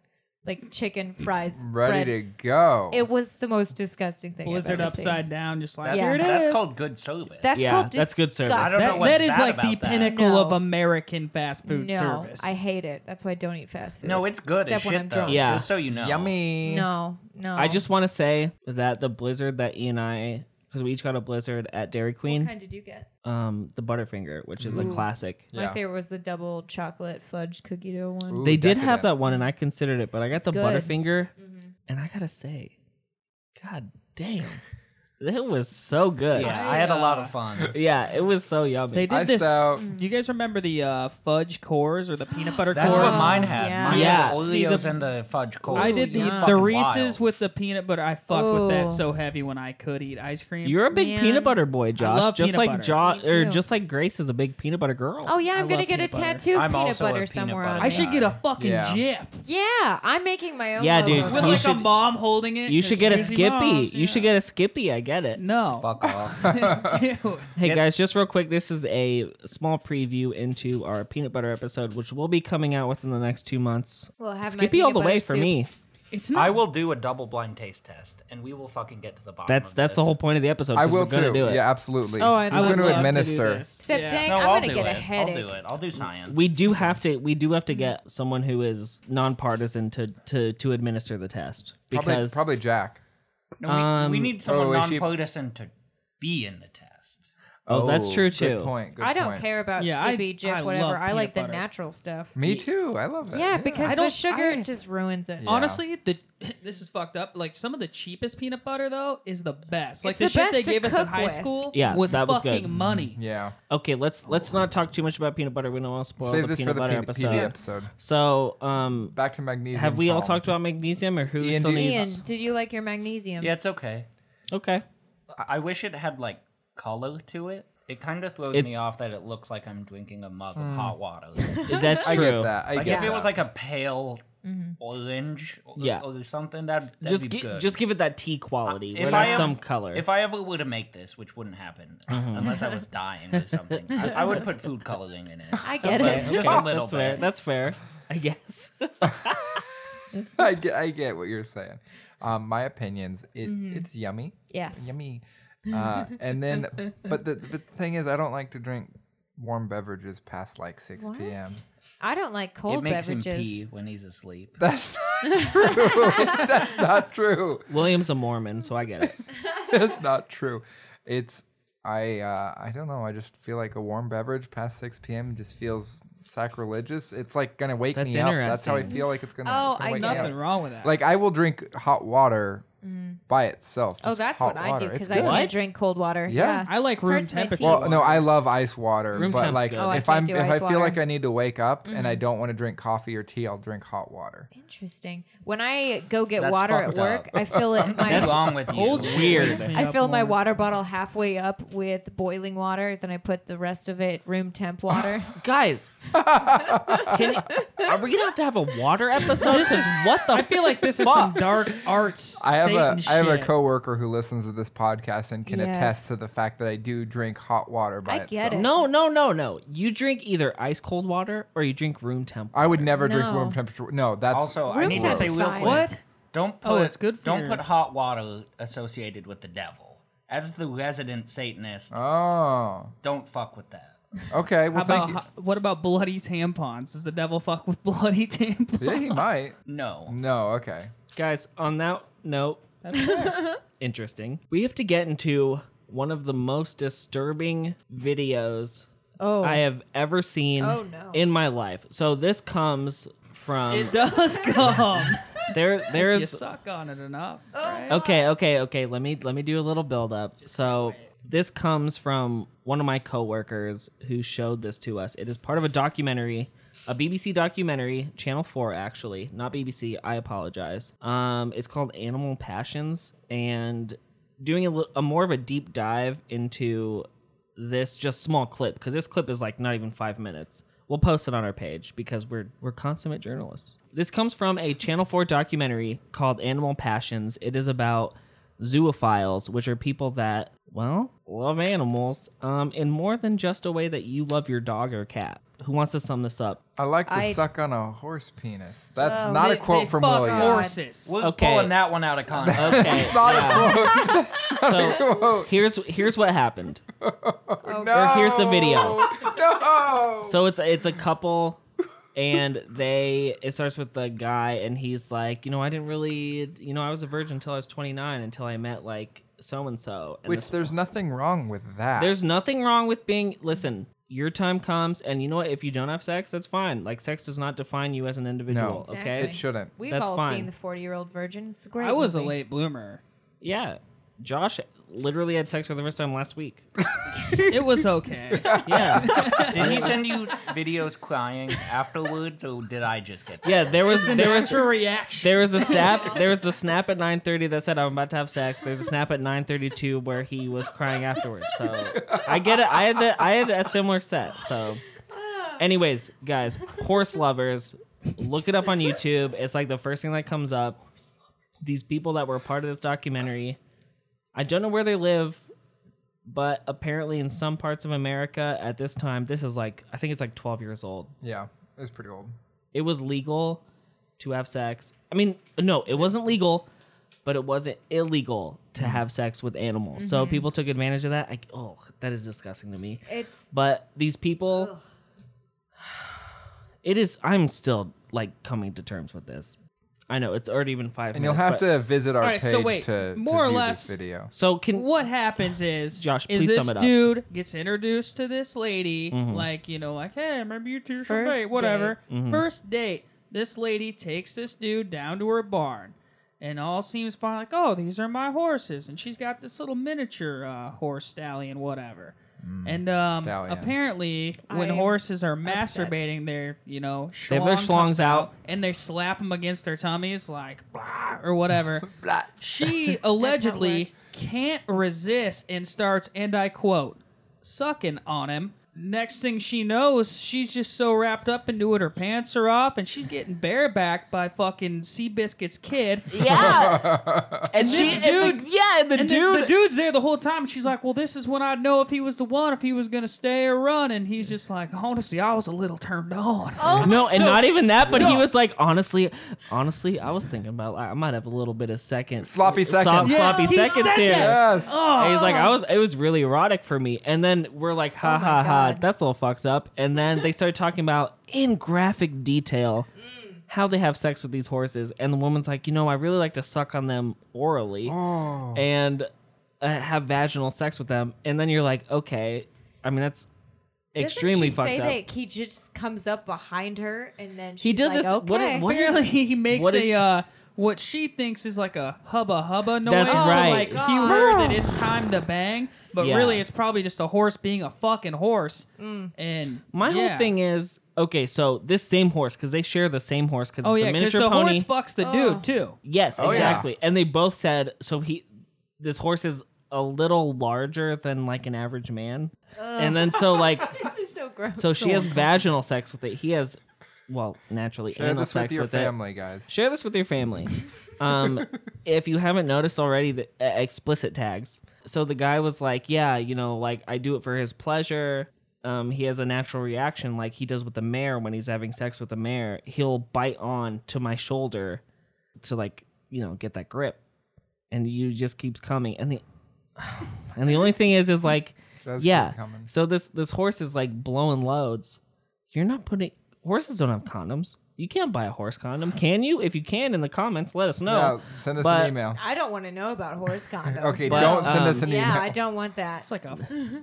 Speaker 5: like chicken, fries,
Speaker 2: Ready
Speaker 5: bread.
Speaker 2: to go.
Speaker 5: It was the most disgusting thing. I've
Speaker 4: Blizzard
Speaker 5: ever seen.
Speaker 4: upside down, just like
Speaker 3: That's,
Speaker 5: Here it
Speaker 3: that's called good service.
Speaker 5: That's
Speaker 1: Yeah,
Speaker 5: called
Speaker 1: that's good service.
Speaker 5: disgusting.
Speaker 3: I
Speaker 4: That-
Speaker 3: don't know what's
Speaker 4: that is
Speaker 3: bad
Speaker 4: like
Speaker 3: about
Speaker 4: the
Speaker 3: that.
Speaker 4: pinnacle
Speaker 5: No.
Speaker 4: of American fast food
Speaker 5: no,
Speaker 4: service.
Speaker 5: I hate it. That's why I don't eat fast food.
Speaker 3: no, it's good
Speaker 5: Except
Speaker 3: as
Speaker 5: when
Speaker 3: shit
Speaker 5: I'm
Speaker 3: though.
Speaker 5: drunk.
Speaker 1: Yeah.
Speaker 3: Just so you know.
Speaker 2: Yummy.
Speaker 5: No, no.
Speaker 4: Oh.
Speaker 1: I just want to say that the blizzard that E and I, because we each got a blizzard at Dairy
Speaker 5: What
Speaker 1: Queen,
Speaker 5: kind did you get?
Speaker 1: um, the Butterfinger, which is a classic.
Speaker 2: Yeah.
Speaker 5: My favorite was the double chocolate fudge cookie dough one.
Speaker 2: Ooh,
Speaker 1: They did
Speaker 2: decadent.
Speaker 1: have that one, and I considered it, but I got the
Speaker 5: good.
Speaker 1: Butterfinger, and I gotta say, God damn, It was so good. Yeah,
Speaker 4: I,
Speaker 3: I had a lot
Speaker 4: uh,
Speaker 3: of fun.
Speaker 1: it was so yummy.
Speaker 4: They did
Speaker 2: Iced
Speaker 4: this.
Speaker 2: out.
Speaker 5: Mm.
Speaker 4: You guys remember the uh, fudge cores or the peanut butter
Speaker 3: That's
Speaker 4: cores?
Speaker 3: what mine had.
Speaker 5: Yeah.
Speaker 3: Mine
Speaker 1: Yeah.
Speaker 3: was Oreos
Speaker 4: See, the-
Speaker 3: and the fudge
Speaker 5: Oh,
Speaker 3: cold.
Speaker 4: I did the,
Speaker 5: Ooh,
Speaker 4: the
Speaker 3: Fucking
Speaker 4: Reese's
Speaker 3: wild.
Speaker 4: with the peanut butter. I fuck with
Speaker 5: Ooh.
Speaker 4: that so heavy when I could eat ice cream.
Speaker 1: You're a big
Speaker 5: Man.
Speaker 1: peanut butter boy, Josh.
Speaker 4: love
Speaker 1: just
Speaker 4: peanut
Speaker 1: like
Speaker 4: butter.
Speaker 1: Josh,
Speaker 5: Me
Speaker 1: or
Speaker 5: too.
Speaker 1: just like Grace is a big peanut butter girl.
Speaker 5: Oh yeah,
Speaker 4: I
Speaker 5: I'm gonna
Speaker 4: love
Speaker 5: get a
Speaker 4: peanut butter.
Speaker 5: tattoo
Speaker 3: I'm
Speaker 5: peanut
Speaker 3: also a
Speaker 5: butter
Speaker 3: peanut
Speaker 5: somewhere.
Speaker 3: butter
Speaker 5: on
Speaker 4: I
Speaker 5: me.
Speaker 4: should get a fucking
Speaker 2: Yeah.
Speaker 4: jip
Speaker 5: Yeah, I'm making my own.
Speaker 1: Yeah,
Speaker 5: logo.
Speaker 1: dude,
Speaker 4: with
Speaker 1: You
Speaker 4: like a
Speaker 1: should-
Speaker 4: mom holding it.
Speaker 1: you should
Speaker 4: 'cause
Speaker 1: get a
Speaker 4: it's
Speaker 1: Skippy.
Speaker 4: Skippy moms,
Speaker 1: You should
Speaker 4: yeah.
Speaker 1: get a Skippy. I get it.
Speaker 4: no.
Speaker 3: Fuck off.
Speaker 4: Dude.
Speaker 1: Hey
Speaker 3: Yep.
Speaker 1: guys, just real quick, this is a small preview into our peanut butter episode, which will be coming out within the next two months.
Speaker 5: We'll have my
Speaker 1: Skippy all
Speaker 5: peanut
Speaker 1: the way
Speaker 5: butter
Speaker 1: for
Speaker 5: soup.
Speaker 1: me.
Speaker 4: It's not.
Speaker 3: I will do a double blind taste test, and we will fucking get to the bottom.
Speaker 1: That's
Speaker 3: of
Speaker 1: that's
Speaker 3: this.
Speaker 1: the whole point of the episode.
Speaker 2: I
Speaker 1: 'cause
Speaker 2: will
Speaker 1: we're gonna
Speaker 2: too.
Speaker 1: do it.
Speaker 2: Yeah, absolutely.
Speaker 5: Oh, I'd
Speaker 2: Who's
Speaker 4: I would
Speaker 2: going to
Speaker 4: love
Speaker 2: administer?
Speaker 4: To do this.
Speaker 5: Except dang,
Speaker 3: No,
Speaker 5: I'm
Speaker 3: I'll
Speaker 5: gonna
Speaker 3: do
Speaker 5: get a
Speaker 3: it.
Speaker 5: headache.
Speaker 3: I'll do it. I'll do science.
Speaker 1: We do have to we do have to get someone who is nonpartisan to to to administer the test
Speaker 2: Probably,
Speaker 1: because
Speaker 2: probably Jack.
Speaker 3: No, we,
Speaker 1: um,
Speaker 3: we need someone
Speaker 2: oh, is she-
Speaker 3: non-partisan to be in the test.
Speaker 1: oh, that's true too.
Speaker 2: Good point. Good
Speaker 5: I don't
Speaker 2: point.
Speaker 5: care about
Speaker 4: Yeah, I-
Speaker 5: Skippy, Jif,
Speaker 4: I love
Speaker 5: whatever. I
Speaker 4: peanut
Speaker 5: like the
Speaker 4: butter.
Speaker 5: natural stuff.
Speaker 3: Mm.
Speaker 2: Me too. I love that.
Speaker 5: Yeah, because
Speaker 4: I
Speaker 5: the
Speaker 4: don't-
Speaker 5: sugar
Speaker 4: I-
Speaker 5: just ruins it.
Speaker 4: Honestly, the this is fucked up. Like some of the cheapest peanut butter though is the best. Like
Speaker 5: It's
Speaker 4: the,
Speaker 5: the
Speaker 4: shit
Speaker 5: best
Speaker 4: they
Speaker 5: to
Speaker 4: gave us in
Speaker 5: cook
Speaker 4: high
Speaker 5: with.
Speaker 4: school
Speaker 1: Yeah,
Speaker 4: was
Speaker 1: that was
Speaker 4: fucking
Speaker 1: good. Mm-hmm.
Speaker 4: money.
Speaker 2: Yeah.
Speaker 1: Okay, let's let's not talk too much about peanut butter. We don't want to spoil
Speaker 2: Save
Speaker 1: the
Speaker 2: this
Speaker 1: peanut
Speaker 2: for the
Speaker 1: butter
Speaker 2: P-
Speaker 1: episode.
Speaker 2: PD episode.
Speaker 1: So, um,
Speaker 2: Back to magnesium.
Speaker 1: have we all
Speaker 2: column.
Speaker 1: talked about magnesium or who
Speaker 2: Ian,
Speaker 1: still
Speaker 2: do you-
Speaker 1: needs?
Speaker 5: Ian, did you like your magnesium?
Speaker 3: Yeah, it's okay.
Speaker 1: Okay,
Speaker 3: I- I wish it had like color to it. It kind of throws me
Speaker 1: It's-
Speaker 3: off that it looks like I'm drinking a mug of hot water.
Speaker 1: that's
Speaker 2: Hmm. I
Speaker 1: true.
Speaker 2: get that. I
Speaker 3: like
Speaker 2: get
Speaker 3: if it was
Speaker 2: that.
Speaker 3: like a pale
Speaker 4: Mm-hmm.
Speaker 3: orange or,
Speaker 1: Yeah.
Speaker 3: or something, that that'd
Speaker 1: Just
Speaker 3: be
Speaker 1: gi-
Speaker 3: good.
Speaker 1: just give it that tea quality,
Speaker 3: If
Speaker 1: where
Speaker 3: I
Speaker 1: there's
Speaker 3: am-
Speaker 1: some color. Mm-hmm.
Speaker 3: If I ever were to make this, which wouldn't happen unless I was dying or something, I, I would put food coloring in it.
Speaker 5: I get
Speaker 3: But
Speaker 5: it.
Speaker 3: Just a little
Speaker 1: that's fair.
Speaker 3: bit.
Speaker 1: That's fair. I guess.
Speaker 2: I get, I get what you're saying. Um, my opinions. It, It's yummy.
Speaker 5: Mm-hmm. Yes.
Speaker 2: Yummy. Uh, and then, but the, but the thing is, I don't like to drink warm beverages past like 6
Speaker 5: What?
Speaker 2: p.m.
Speaker 5: I don't like cold
Speaker 3: it makes him
Speaker 5: beverages.
Speaker 3: pee when he's asleep.
Speaker 2: That's not true. That's not true.
Speaker 1: William's a Mormon, so I get it.
Speaker 2: That's not true. It's I uh, I don't know. I just feel like a warm beverage past 6 p.m. just feels sacrilegious. It's like gonna wake
Speaker 1: That's
Speaker 2: me up. That's how I
Speaker 1: interesting.
Speaker 2: feel like it's gonna.
Speaker 5: Oh,
Speaker 2: it's gonna
Speaker 5: I
Speaker 2: wake
Speaker 5: get
Speaker 2: me
Speaker 5: it.
Speaker 2: up.
Speaker 4: Nothing wrong with that.
Speaker 2: Like I will drink hot water by itself.
Speaker 5: Oh,
Speaker 2: just
Speaker 5: that's
Speaker 2: hot
Speaker 5: what I do
Speaker 2: water. It's
Speaker 5: because I
Speaker 2: good.
Speaker 1: What?
Speaker 5: can't drink cold water.
Speaker 2: Yeah.
Speaker 5: Yeah.
Speaker 4: I like room
Speaker 5: Hurts my
Speaker 4: temperature.
Speaker 5: teeth.
Speaker 2: Well, no, I love ice water,
Speaker 1: Room
Speaker 2: but
Speaker 1: temp's
Speaker 2: like
Speaker 1: good. Oh,
Speaker 5: I
Speaker 2: if
Speaker 5: can't
Speaker 2: I'm
Speaker 5: do
Speaker 2: if I
Speaker 5: ice
Speaker 2: feel like
Speaker 5: water. Mm-hmm.
Speaker 2: I need to wake up and I don't want to drink coffee or tea, I'll drink hot water.
Speaker 5: Interesting. When I go get
Speaker 3: That's
Speaker 5: water at
Speaker 3: fucked
Speaker 5: work,
Speaker 3: up.
Speaker 5: I fill it
Speaker 3: What's
Speaker 5: my
Speaker 3: wrong with you?
Speaker 1: Old weird.
Speaker 5: I fill my water bottle halfway up with boiling water, then I put the rest of it room temp water.
Speaker 1: Guys, can, are we gonna have to have a water episode? This is what the
Speaker 4: I feel like this is some dark arts.
Speaker 2: I have
Speaker 4: Satan
Speaker 2: a
Speaker 4: shit.
Speaker 2: I have a coworker who listens to this podcast and can
Speaker 5: Yes.
Speaker 2: attest to the fact that I do drink hot water by
Speaker 5: I get
Speaker 2: itself.
Speaker 5: it.
Speaker 1: No, no, no, no. You drink either ice cold water or you drink room temp.
Speaker 2: I would never drink
Speaker 5: No.
Speaker 2: room temperature. No, that's
Speaker 3: Also, I
Speaker 5: Room
Speaker 3: need to say
Speaker 5: temp's
Speaker 3: real
Speaker 5: fine.
Speaker 3: quick.
Speaker 5: What?
Speaker 3: Don't put,
Speaker 4: Oh, it's good for
Speaker 3: Don't
Speaker 4: your-
Speaker 3: put hot water associated with the devil. As the resident Satanist,
Speaker 2: Oh,
Speaker 3: don't fuck with that.
Speaker 2: okay. Well,
Speaker 4: How about
Speaker 2: thank you.
Speaker 4: ho- what about bloody tampons? Does the devil fuck with bloody tampons?
Speaker 2: Yeah, he might.
Speaker 1: Mm,
Speaker 3: No.
Speaker 2: No, okay.
Speaker 1: Guys, on that note, interesting. We have to get into one of the most disturbing videos
Speaker 5: Oh.
Speaker 1: I uh, have ever seen
Speaker 5: Oh, no.
Speaker 1: in my life. So this comes from
Speaker 4: It does come.
Speaker 1: there there
Speaker 4: you
Speaker 1: is
Speaker 4: suck on it enough.
Speaker 5: Oh,
Speaker 1: Okay, okay, okay. Let me let me do a little build up. So this comes from one of my coworkers who showed this to us. It is part of a documentary, a BBC documentary, Channel Four actually, not BBC. I apologize. Um, it's called Animal Passions, and doing a, li- a more of a deep dive into this just small clip because this clip is like not even five minutes. We'll post it on our page because we're we're consummate journalists. This comes from a Channel Four documentary called Animal Passions. It is about zoophiles, which are people that well love animals, um, in more than just a way that you love your dog or cat. Who wants to sum this up?
Speaker 2: I like to
Speaker 5: I-
Speaker 2: suck on a horse penis. That's not a
Speaker 4: They-
Speaker 2: quote
Speaker 4: they
Speaker 2: from
Speaker 4: Oh, fuck
Speaker 2: William.
Speaker 4: horses.
Speaker 3: We're
Speaker 1: Okay.
Speaker 3: pulling that one out of context.
Speaker 1: Okay,
Speaker 2: Not a quote.
Speaker 1: so here's here's what happened. Or here's the video.
Speaker 2: No.
Speaker 1: So it's it's a couple, and they it starts with the guy, and he's like, you know, I didn't really, you know, I was a virgin until I was 29, until I met like so and so. And
Speaker 2: Which
Speaker 1: this-
Speaker 2: there's nothing wrong with that.
Speaker 1: there's nothing wrong with being. Listen, your time comes, and you know what? If you don't have sex, that's fine. Like sex does not define you as an individual.
Speaker 2: Exactly.
Speaker 1: Okay.
Speaker 2: it shouldn't.
Speaker 5: We've
Speaker 1: That's
Speaker 5: all
Speaker 1: fine.
Speaker 5: seen the 40 year old virgin. It's a great.
Speaker 4: I was a
Speaker 5: movie.
Speaker 4: late bloomer.
Speaker 1: yeah. Josh literally had sex for the first time last week.
Speaker 4: It was okay.
Speaker 1: Yeah.
Speaker 3: Did he send you s- videos crying afterwards, or did I just get that?
Speaker 1: Yeah, there was
Speaker 4: An
Speaker 1: there was
Speaker 4: natural reaction.
Speaker 1: There was the snap. There was the snap at 9:30 that said I'm about to have sex. There's a snap at 9:32 where he was crying afterwards. So I get it. I had the, I had a similar set. So, anyways, guys, horse lovers, look it up on YouTube. It's like the first thing that comes up. These people that were part of this documentary, I don't know where they live, but apparently in some parts of America at this time, this is like I think it's like 12 years old
Speaker 2: Yeah, it was pretty old.
Speaker 1: it was legal to have sex. I mean, no, it wasn't legal, but it wasn't illegal
Speaker 4: Mm-hmm.
Speaker 1: to have sex with animals. So people took advantage of that. I, oh, that is disgusting to me.
Speaker 5: It's
Speaker 1: But these people, it is. I'm still like coming to terms with this. I know it's already been five.
Speaker 2: And you'll
Speaker 1: minutes,
Speaker 2: have
Speaker 1: but-
Speaker 2: to visit our
Speaker 4: All right,
Speaker 2: page
Speaker 4: so wait,
Speaker 2: to, to
Speaker 4: more or
Speaker 2: view
Speaker 4: less-
Speaker 2: this video.
Speaker 1: So can
Speaker 4: what happens is
Speaker 1: Josh,
Speaker 4: is
Speaker 1: please
Speaker 4: this
Speaker 1: sum it up. Mm-hmm.
Speaker 4: dude gets introduced to this lady like you know like hey remember you two should
Speaker 5: First
Speaker 4: date whatever first date this lady takes this dude down to her barn and all seems fine like oh these are my horses and she's got this little miniature uh, horse stallion whatever and um,
Speaker 2: Stallion.
Speaker 4: apparently when
Speaker 5: I'm
Speaker 4: horses are
Speaker 5: upset.
Speaker 4: masturbating they're you know
Speaker 1: They have their
Speaker 4: schlong comes
Speaker 1: schlongs out.
Speaker 4: and they slap them against their tummies like blah or whatever she allegedly
Speaker 5: works.
Speaker 4: can't resist and starts, and I quote, sucking on him. Next thing she knows, she's just so wrapped up into it, her pants are off, and she's getting barebacked by fucking Seabiscuit's kid.
Speaker 1: yeah, and
Speaker 4: this
Speaker 1: she, and the-
Speaker 4: dude-
Speaker 1: yeah, and the
Speaker 4: And
Speaker 1: dude,
Speaker 4: the, the dude's there the whole time, and she's like, Well, this is when I'd know if he was the one, if he was gonna stay or run. And he's just like, Honestly, I was a little turned on.
Speaker 1: No, and not even that, but he
Speaker 4: No.
Speaker 1: was like, honestly, honestly, I was thinking about, I might have a little bit of second,
Speaker 2: Sloppy
Speaker 1: slop-
Speaker 2: seconds. Yeah,
Speaker 1: sloppy
Speaker 4: he
Speaker 1: seconds
Speaker 4: said
Speaker 1: here.
Speaker 4: that.
Speaker 2: Yes.
Speaker 1: And he's
Speaker 4: Oh.
Speaker 1: like, I was, it was really erotic for me. And then we're like, ha ha ha,
Speaker 5: God.
Speaker 1: that's all fucked up. And then they started talking about in graphic detail
Speaker 4: Mm.
Speaker 1: how they have sex with these horses. And the woman's like, you know, I really like to suck on them orally
Speaker 4: Oh.
Speaker 1: and uh, have vaginal sex with them. And then you're like, okay, I mean, that's extremely
Speaker 5: doesn't
Speaker 1: fucked
Speaker 5: she
Speaker 1: up.
Speaker 5: say That he just comes up behind her and then she's
Speaker 1: He does
Speaker 5: like,
Speaker 1: this- what-
Speaker 5: Okay.
Speaker 1: what-
Speaker 4: Apparently, he makes
Speaker 1: What
Speaker 4: a
Speaker 1: is-
Speaker 4: uh, what she thinks is like a hubba hubba noise.
Speaker 1: That's
Speaker 4: to,
Speaker 1: right.
Speaker 4: like
Speaker 5: God.
Speaker 4: cue her that it's time to bang, but
Speaker 1: Yeah.
Speaker 4: really it's probably just a horse being a fucking horse.
Speaker 5: Mm.
Speaker 4: And
Speaker 1: My
Speaker 4: yeah.
Speaker 1: whole thing is okay. So this same horse, because they share the same horse, because
Speaker 4: Oh
Speaker 1: it's
Speaker 4: yeah,
Speaker 1: a
Speaker 4: because
Speaker 1: miniature
Speaker 4: the
Speaker 1: pony.
Speaker 4: horse fucks the
Speaker 5: Oh.
Speaker 4: dude too.
Speaker 1: yes,
Speaker 2: yeah.
Speaker 1: exactly. And they both said so. He, this horse is a little larger than like an average man, and then so like
Speaker 5: this is so gross.
Speaker 1: so she has vaginal sex with it. He has, well, naturally
Speaker 2: Share
Speaker 1: anal
Speaker 2: this
Speaker 1: sex
Speaker 2: with your
Speaker 1: it
Speaker 2: family, guys.
Speaker 1: share this with your family. Um, if you haven't noticed already, the uh, explicit tags. So the guy was like, "Yeah, you know, like I do it for his pleasure." Um, he has a natural reaction, like he does with the mare when he's having sex with the mare. He'll bite on to my shoulder to like you know get that grip, and you just keeps coming. And the and the only thing is, is like
Speaker 2: Just keep
Speaker 1: yeah.
Speaker 2: coming.
Speaker 1: So this this horse is like blowing loads. You're not putting horses don't have condoms. You can't buy a horse condom, can you? If you can, in the comments, let us know.
Speaker 2: Yeah, send us
Speaker 1: Oh, but-
Speaker 2: an email.
Speaker 5: I don't want to know about horse condoms.
Speaker 2: Okay,
Speaker 1: But,
Speaker 2: don't send us
Speaker 1: um,
Speaker 2: an
Speaker 5: yeah,
Speaker 2: email.
Speaker 5: I don't want that.
Speaker 4: It's like a the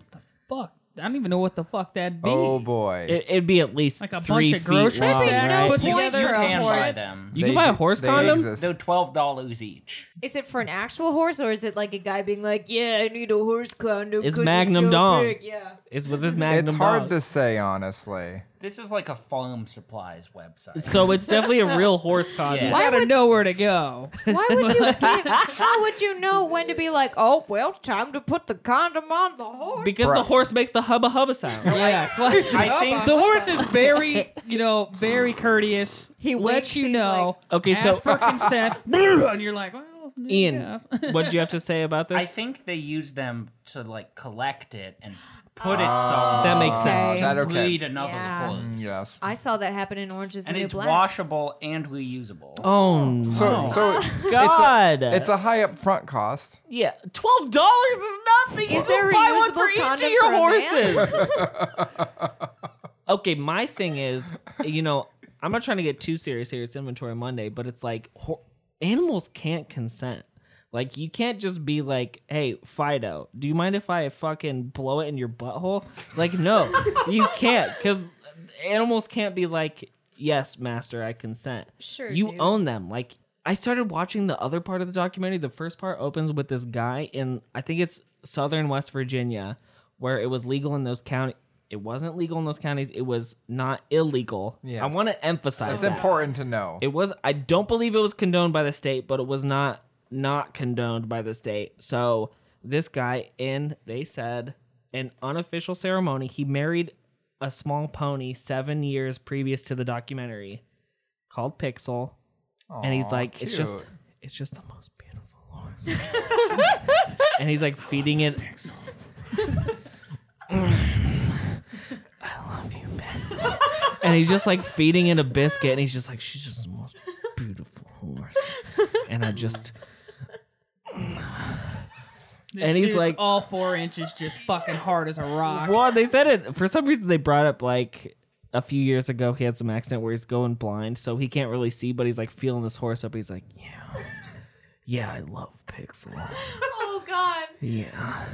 Speaker 4: fuck. I don't even know what the fuck that'd be.
Speaker 2: oh boy.
Speaker 1: It, it'd be at least
Speaker 4: Like a
Speaker 1: three
Speaker 4: bunch
Speaker 1: feet
Speaker 4: of grocery
Speaker 1: long,
Speaker 4: sacks
Speaker 1: right?
Speaker 4: put
Speaker 5: You-
Speaker 4: together.
Speaker 5: you
Speaker 3: You
Speaker 5: They're a
Speaker 3: can buy
Speaker 5: horse.
Speaker 3: them.
Speaker 1: You
Speaker 2: They
Speaker 1: can buy a
Speaker 2: do-
Speaker 1: horse
Speaker 2: they
Speaker 1: condom.
Speaker 2: exist.
Speaker 3: They're twelve dollars each.
Speaker 5: Is it for an actual horse or is it like a guy being like, "Yeah, I need a horse condom"?
Speaker 1: It's
Speaker 5: 'cause
Speaker 1: Magnum
Speaker 5: so
Speaker 1: Dong.
Speaker 5: big." Yeah.
Speaker 1: It's with this magnum.
Speaker 2: It's hard
Speaker 1: dog.
Speaker 2: to say, honestly.
Speaker 3: This is like a farm supplies website.
Speaker 1: So it's definitely a real horse condom.
Speaker 3: Yeah.
Speaker 4: I
Speaker 5: Why
Speaker 4: gotta
Speaker 5: would-
Speaker 4: know where to go.
Speaker 5: Why would you? Give, how would you know when to be like, "Oh, well, time to put the condom on the horse"?
Speaker 1: Because
Speaker 2: Bruh.
Speaker 1: the horse makes the hubba hubba sound.
Speaker 4: yeah, like-
Speaker 3: I think
Speaker 4: the horse is very, you know, very courteous.
Speaker 5: He
Speaker 4: lets
Speaker 5: winks,
Speaker 4: you
Speaker 5: he's
Speaker 4: know.
Speaker 1: like- Okay, so-
Speaker 4: ask for consent, and you're like, well,
Speaker 1: Ian, what'd you have to say about this?
Speaker 3: I think they use them to like collect it and put it
Speaker 1: Ah. that Mm,
Speaker 3: somewhere.
Speaker 1: makes sense.
Speaker 5: Okay.
Speaker 2: Is that
Speaker 3: and
Speaker 2: okay? Mm,
Speaker 3: Breed another
Speaker 5: Yeah.
Speaker 3: horse.
Speaker 2: Yes.
Speaker 5: I saw that happen in Orange Is the
Speaker 3: And
Speaker 5: New
Speaker 3: it's
Speaker 5: Black.
Speaker 3: washable and reusable.
Speaker 1: Oh no.
Speaker 2: So, so
Speaker 1: God.
Speaker 2: it's a high upfront cost.
Speaker 1: yeah. Twelve dollars is nothing.
Speaker 5: Is
Speaker 1: You
Speaker 5: there
Speaker 1: can
Speaker 5: a
Speaker 1: buy one
Speaker 5: reusable
Speaker 1: for each
Speaker 5: condom
Speaker 1: of your
Speaker 5: for a
Speaker 1: horses? okay, my thing is, you know, I'm not trying to get too serious here. It's Inventory Monday, but it's like hor- animals can't consent. Like you can't just be like, "Hey, Fido, do you mind if I fucking blow it in your butthole?" Like, no, you can't, because animals can't be like, "Yes, master, I consent."
Speaker 5: Sure,
Speaker 1: you
Speaker 5: dude.
Speaker 1: own them. Like I started watching the other part of the documentary. The first part opens with this guy in I think it's southern West Virginia where it was legal in those county it wasn't legal in those counties. It was not illegal. I
Speaker 2: Yes.
Speaker 1: want to emphasize
Speaker 2: It's
Speaker 1: that.
Speaker 2: important to know.
Speaker 1: It was I don't believe it was condoned by the state, but it was not not condoned by the state. So this guy in they said an unofficial ceremony, he married a small pony seven years previous to the documentary called Pixel. and he's
Speaker 2: Aw,
Speaker 1: like, it's just
Speaker 2: cute.
Speaker 1: it's just the most beautiful horse. and he's like feeding it. I love you, Pixel. and he's just like feeding it a biscuit, and he's just like, she's just the most beautiful horse. And I just
Speaker 4: This
Speaker 1: And he's
Speaker 4: dude's
Speaker 1: like-
Speaker 4: all four inches, just fucking hard as a rock.
Speaker 1: well, they said it for some reason. They brought up like a few years ago, he had some accident where he's going blind, so he can't really see, but he's like feeling this horse up. He's like, yeah, yeah, I love Pixel.
Speaker 5: oh God.
Speaker 1: Yeah.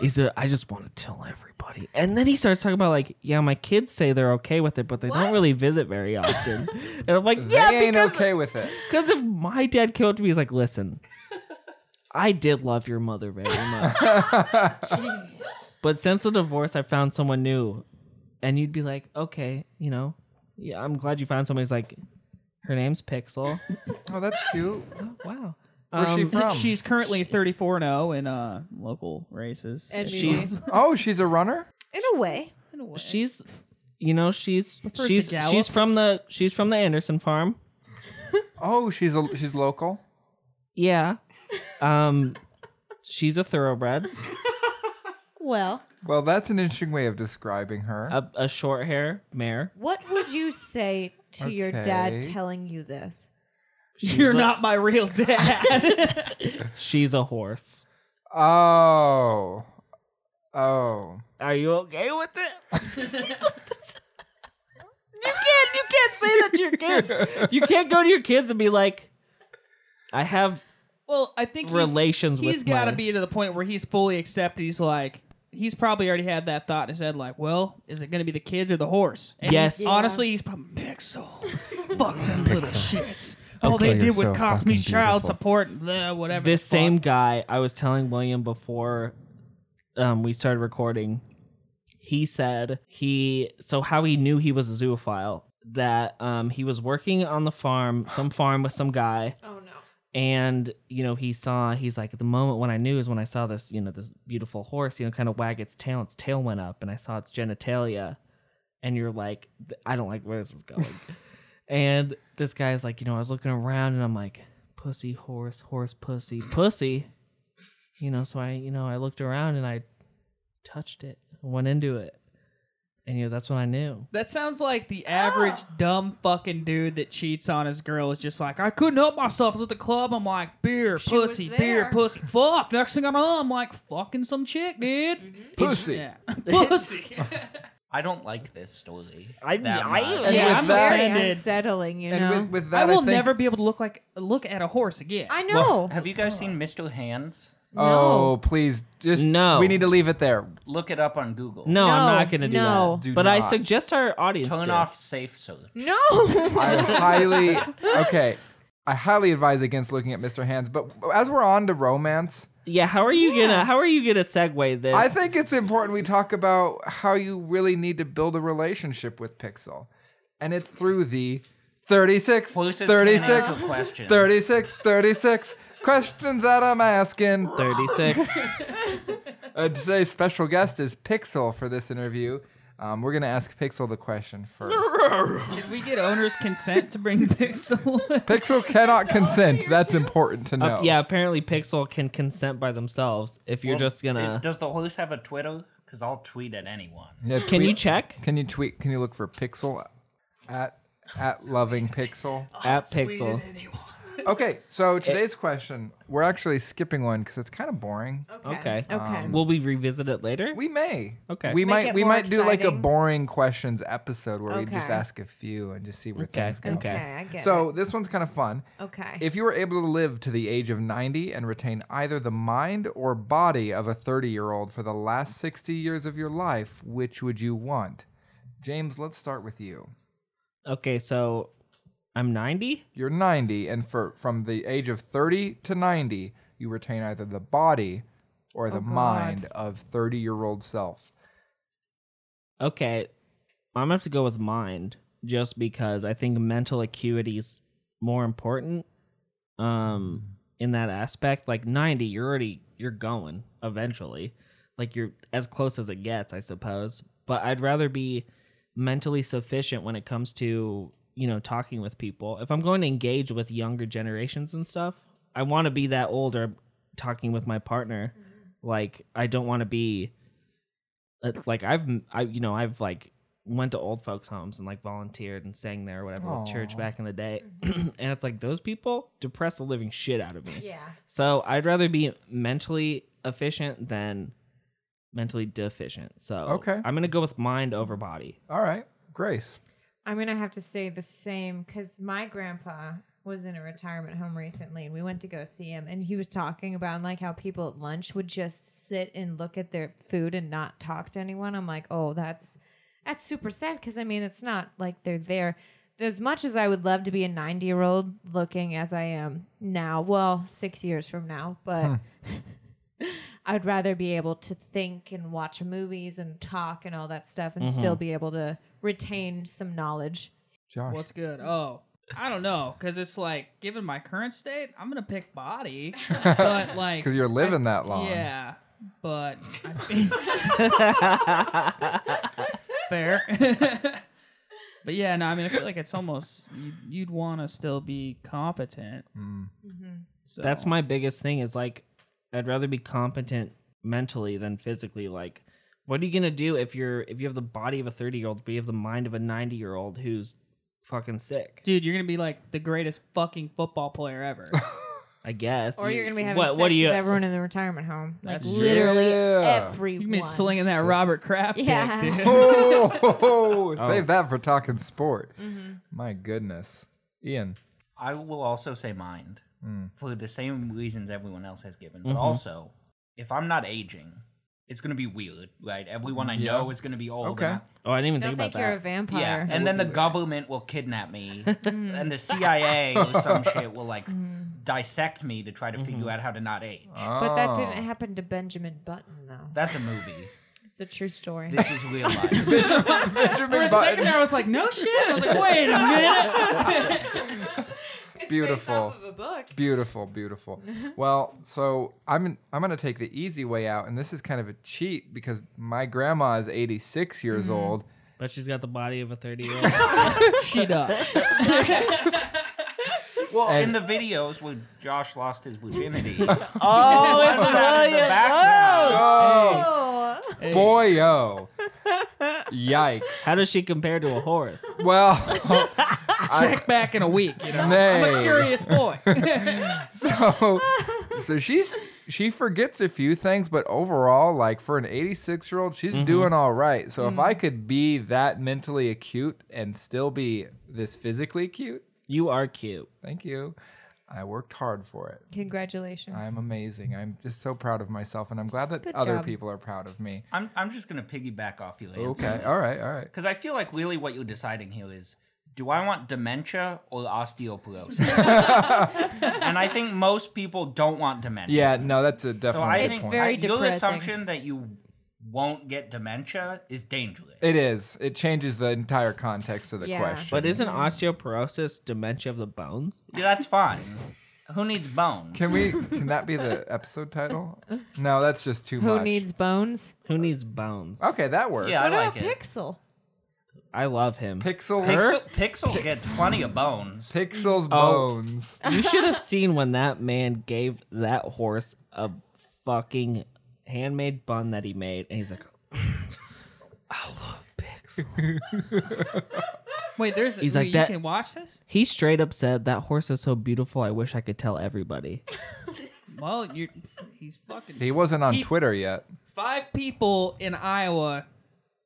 Speaker 1: He's a, I just want to tell everybody. And then he starts talking about, like, yeah, my kids say they're okay with it, but they
Speaker 5: What?
Speaker 1: don't really visit very often. and I'm like,
Speaker 2: They
Speaker 1: yeah,
Speaker 2: ain't
Speaker 1: because
Speaker 2: okay with it.
Speaker 1: because if my dad killed me, he's like, listen, I did love your mother very much. but since the divorce, I found someone new. And you'd be like, okay, you know, yeah, I'm glad you found someone. He's like, her name's Pixel.
Speaker 2: Oh, that's cute.
Speaker 1: oh, wow.
Speaker 2: Where's she
Speaker 1: Um,
Speaker 2: from?
Speaker 4: She's currently 34 and 0 in uh, local races.
Speaker 5: And
Speaker 1: She's
Speaker 2: oh, she's a runner.
Speaker 5: in a way. In a way.
Speaker 1: she's you know she's
Speaker 4: to
Speaker 1: she's
Speaker 4: Gallup.
Speaker 1: she's from the she's from the Anderson farm.
Speaker 2: Oh, she's a she's local.
Speaker 1: Yeah. Um she's a thoroughbred.
Speaker 5: Well,
Speaker 2: Well, that's an interesting way of describing her.
Speaker 1: A, a short hair mare.
Speaker 5: what would you say to your dad
Speaker 2: Okay.
Speaker 5: telling you this?
Speaker 4: You're not my real dad.
Speaker 1: She's a horse.
Speaker 2: oh, oh.
Speaker 1: Are you okay with it? you can't you can't say that to your kids. You can't go to your kids and be like I have
Speaker 4: well, I think he's,
Speaker 1: Relations with
Speaker 4: He's got to
Speaker 1: my-
Speaker 4: be to the point where he's fully accepted. He's like, he's probably already had that thought in his head, like, well, is it going to be the kids or the horse? And
Speaker 1: Yes.
Speaker 4: he- honestly, he's probably pixel. Fuck them little shits. All
Speaker 2: Pixel,
Speaker 4: they
Speaker 2: you're
Speaker 4: did was
Speaker 2: so
Speaker 4: cost me
Speaker 2: fucking
Speaker 4: child
Speaker 2: beautiful.
Speaker 4: support and uh, whatever.
Speaker 1: this
Speaker 4: the fuck.
Speaker 1: same guy I was telling William before um, we started recording, he said he so how he knew he was a zoophile that um, he was working on the farm, some farm with some guy,
Speaker 5: Oh no.
Speaker 1: and you know he saw he's like at the moment when I knew is when I saw this you know this beautiful horse you know kind of wag its tail, its tail went up, and I saw its genitalia, and you're like I don't like where this is going. And this guy's like, you know, I was looking around and I'm like, pussy, horse, horse, pussy, pussy. You know, so I, you know, I looked around and I touched it, went into it. And, you know, that's when I knew.
Speaker 4: That sounds like the
Speaker 5: Oh.
Speaker 4: average dumb fucking dude that cheats on his girl is just like, I couldn't help myself. I was at the club. I'm like, beer,
Speaker 5: She was
Speaker 4: pussy,
Speaker 5: there.
Speaker 4: beer, pussy. Fuck. Next thing I know, I'm like, fucking some chick, dude.
Speaker 5: Mm-hmm.
Speaker 2: Pussy.
Speaker 4: Yeah. pussy.
Speaker 3: I don't like this story.
Speaker 1: I-
Speaker 3: that
Speaker 1: I-
Speaker 3: much.
Speaker 4: Yeah,
Speaker 5: it's
Speaker 4: I'm
Speaker 5: very
Speaker 4: offended.
Speaker 5: unsettling, you
Speaker 2: And
Speaker 5: know.
Speaker 2: with, with that,
Speaker 4: I will
Speaker 2: think,
Speaker 4: never be able to look like look at a horse again.
Speaker 5: I know.
Speaker 2: Well,
Speaker 3: Have you guys seen Mr. Hands?
Speaker 2: Oh, please, just
Speaker 1: No.
Speaker 2: We need to leave it there.
Speaker 3: Look it up on Google.
Speaker 1: No, I'm
Speaker 5: No,
Speaker 1: not going to do
Speaker 5: no.
Speaker 1: that.
Speaker 2: Do
Speaker 1: but I
Speaker 2: not.
Speaker 1: suggest our audience
Speaker 3: Turn
Speaker 1: do.
Speaker 3: off safe search.
Speaker 5: no.
Speaker 2: I highly okay. I highly advise against looking at Mr. Hands. But as we're on to romance,
Speaker 1: Yeah, how are you gonna? How are you gonna segue this?
Speaker 2: I think it's important we talk about how you really need to build a relationship with Pixel, and it's through the 36,
Speaker 3: Closest
Speaker 2: 36,
Speaker 3: candidate to question.
Speaker 2: 36, 36 questions that I'm asking.
Speaker 1: thirty-six.
Speaker 2: Uh, today's special guest is Pixel for this interview. Um, we're gonna ask Pixel the question first.
Speaker 4: Did we get owner's consent to bring Pixel?
Speaker 2: Pixel cannot consent. That's important
Speaker 5: Uh,
Speaker 2: to know.
Speaker 1: Up- yeah, apparently Pixel can consent by themselves. If you're
Speaker 3: Well,
Speaker 1: just gonna,
Speaker 3: Does the horse have a Twitter? Because I'll tweet at anyone.
Speaker 2: Yeah,
Speaker 1: can you
Speaker 2: tweet-
Speaker 1: check
Speaker 2: Can you tweet? Can you look for Pixel at at loving Pixel?
Speaker 1: at Pixel?
Speaker 2: Okay, so today's question, we're actually skipping one because it's kind of boring.
Speaker 1: Okay.
Speaker 5: Okay. Um,
Speaker 1: Will we revisit it later?
Speaker 2: We may.
Speaker 1: Okay.
Speaker 2: We
Speaker 5: Make
Speaker 2: might.
Speaker 5: it
Speaker 2: We
Speaker 5: more
Speaker 2: might do like a
Speaker 5: exciting.
Speaker 2: boring questions episode where we just
Speaker 5: Okay.
Speaker 2: ask a few and just see where
Speaker 1: Okay.
Speaker 2: things go.
Speaker 1: Okay.
Speaker 5: okay. I get
Speaker 2: So
Speaker 5: it.
Speaker 2: this one's kind of fun.
Speaker 5: Okay.
Speaker 2: If you were able to live to the age of 90 and retain either the mind or body of a 30 year old for the last 60 years of your life, which would you want? James, let's start with you.
Speaker 1: Okay, so I'm 90?
Speaker 2: You're 90, and for from the age of 30 to 90, you retain either the body or
Speaker 4: Oh,
Speaker 2: the mind of 30 year old self.
Speaker 1: Okay. I'm going to have to go with mind just because I think mental acuity is more important um in that aspect. Like 90, you're already you're going eventually. Like you're as close as it gets, I suppose. But I'd rather be mentally sufficient when it comes to, you know, talking with people. If I'm going to engage with younger generations and stuff, I want to be that older talking with my partner. Like I don't want to be it's like I've I you know I've like went to old folks homes and like volunteered and sang there or whatever with church back in the day, and it's like those people depress the living shit out of me.
Speaker 5: Yeah.
Speaker 1: So I'd rather be mentally efficient than mentally deficient. So
Speaker 2: Okay.
Speaker 1: I'm gonna go with mind over body.
Speaker 2: All right, Grace.
Speaker 5: I'm gonna have to say the same because my grandpa was in a retirement home recently, and we went to go see him, and he was talking about like how people at lunch would just sit and look at their food and not talk to anyone. I'm like, oh, that's that's super sad because I mean, it's not like they're there. As much as I would love to be a 90 year old looking as I am now, well, six years from now, but I'd rather be able to think and watch movies and talk and all that stuff
Speaker 1: Mm-hmm.
Speaker 5: and still be able to retain some knowledge.
Speaker 2: Josh.
Speaker 4: What's good? Oh, I don't know, because it's like, given my current state, I'm gonna pick body, but like,
Speaker 2: Because you're living that long.
Speaker 4: yeah, but I think fair. but yeah, no, I mean, I feel like it's almost you'd, you'd want to still be competent. So,
Speaker 1: That's my biggest thing is like I'd rather be competent mentally than physically. Like, what are you gonna do if you're if you have the body of a thirty year old, but you have the mind of a ninety year old who's fucking sick?
Speaker 4: dude, you're gonna be like the greatest fucking football player ever.
Speaker 1: I guess.
Speaker 5: Or you're gonna be having
Speaker 1: what?
Speaker 5: sex
Speaker 1: what do you?
Speaker 5: with everyone in the retirement home, like
Speaker 4: That's true.
Speaker 5: literally
Speaker 2: Yeah.
Speaker 4: You're
Speaker 5: everyone.
Speaker 4: gonna be slinging that Robert Kraft
Speaker 5: Yeah.
Speaker 4: dick, dude.
Speaker 2: Oh, ho, ho, ho. save that for talking sport.
Speaker 4: Mm-hmm.
Speaker 2: My goodness. Ian.
Speaker 3: I will also say mind
Speaker 1: Hmm.
Speaker 3: for the same reasons everyone else has given, but
Speaker 1: Mm-hmm.
Speaker 3: also if I'm not aging, it's gonna be weird, right? Everyone I know is gonna be old. and
Speaker 2: Okay.
Speaker 3: I-
Speaker 1: oh, I didn't even
Speaker 5: They'll
Speaker 1: think
Speaker 5: think,
Speaker 1: about
Speaker 5: you're a
Speaker 1: that.
Speaker 5: vampire.
Speaker 3: Yeah, and then the government will kidnap me, and the CIA or some shit will like dissect me to try to
Speaker 1: Mm-hmm.
Speaker 3: figure out how to not age.
Speaker 1: Uh.
Speaker 5: but that didn't happen to Benjamin Button though.
Speaker 3: That's a movie.
Speaker 5: It's a true story.
Speaker 3: This is real life.
Speaker 4: For a second there, I was like, no shit. I was like, wait a minute.
Speaker 2: Beautiful.
Speaker 5: a book.
Speaker 2: Beautiful, beautiful. well, so I'm I'm gonna take the easy way out, and this is kind of a cheat because my grandma is 86 years
Speaker 4: Mm-hmm.
Speaker 2: old.
Speaker 1: But she's got the body of a thirty year old.
Speaker 4: She does.
Speaker 3: well, in the videos where Josh lost his virginity,
Speaker 1: oh, it's
Speaker 3: that in the background.
Speaker 2: Oh,
Speaker 5: Oh,
Speaker 2: boyo! Yikes.
Speaker 1: How does she compare to a horse?
Speaker 2: Well,
Speaker 4: Check back in a week. You know, I'm a
Speaker 2: nay.
Speaker 4: curious boy.
Speaker 2: so so she's she forgets a few things but overall like for an 86 year old
Speaker 4: Mm-hmm.
Speaker 2: she's doing all right so if i could be that mentally acute and still be this physically cute
Speaker 1: You are cute.
Speaker 2: thank you i worked hard for it
Speaker 5: congratulations.
Speaker 2: i'm amazing i'm just so proud of myself and i'm glad that
Speaker 5: Good
Speaker 2: other
Speaker 5: job.
Speaker 2: people are proud of me
Speaker 3: I'm I'm just gonna piggyback off you, Lance.
Speaker 2: okay all right all right
Speaker 3: Because I feel like really what you're deciding here is do I want dementia or osteoporosis? and I think most people don't want dementia.
Speaker 2: yeah no that's a
Speaker 3: So
Speaker 2: definitely
Speaker 3: I
Speaker 2: good
Speaker 3: think
Speaker 2: point.
Speaker 5: very-
Speaker 3: I- your
Speaker 5: depressing.
Speaker 3: assumption that you won't get dementia is dangerous.
Speaker 2: it is it changes the entire context of the
Speaker 5: Yeah.
Speaker 2: question
Speaker 1: But isn't osteoporosis dementia of the bones?
Speaker 3: Yeah, that's fine. Who needs bones?
Speaker 2: can we can that be the episode title no that's just too
Speaker 5: Who
Speaker 2: much
Speaker 5: needs bones?
Speaker 1: Who needs bones?
Speaker 2: okay that works
Speaker 3: yeah, I
Speaker 5: What
Speaker 3: like
Speaker 5: about
Speaker 3: it.
Speaker 5: Pixel?
Speaker 1: I love him.
Speaker 2: Pixel
Speaker 3: Pixel, Pixel gets plenty of bones.
Speaker 2: Pixel's
Speaker 1: Oh.
Speaker 2: bones.
Speaker 1: You should have seen when that man gave that horse a fucking handmade bun that he made, and he's like,
Speaker 4: Wait, there's.
Speaker 1: He's
Speaker 4: He's
Speaker 1: like
Speaker 4: you
Speaker 1: that-
Speaker 4: can watch this.
Speaker 1: he straight up said that horse is so beautiful. I wish I could tell everybody.
Speaker 4: Well, you're. He's fucking.
Speaker 2: He wasn't on
Speaker 4: He-
Speaker 2: Twitter yet.
Speaker 4: Five people in Iowa.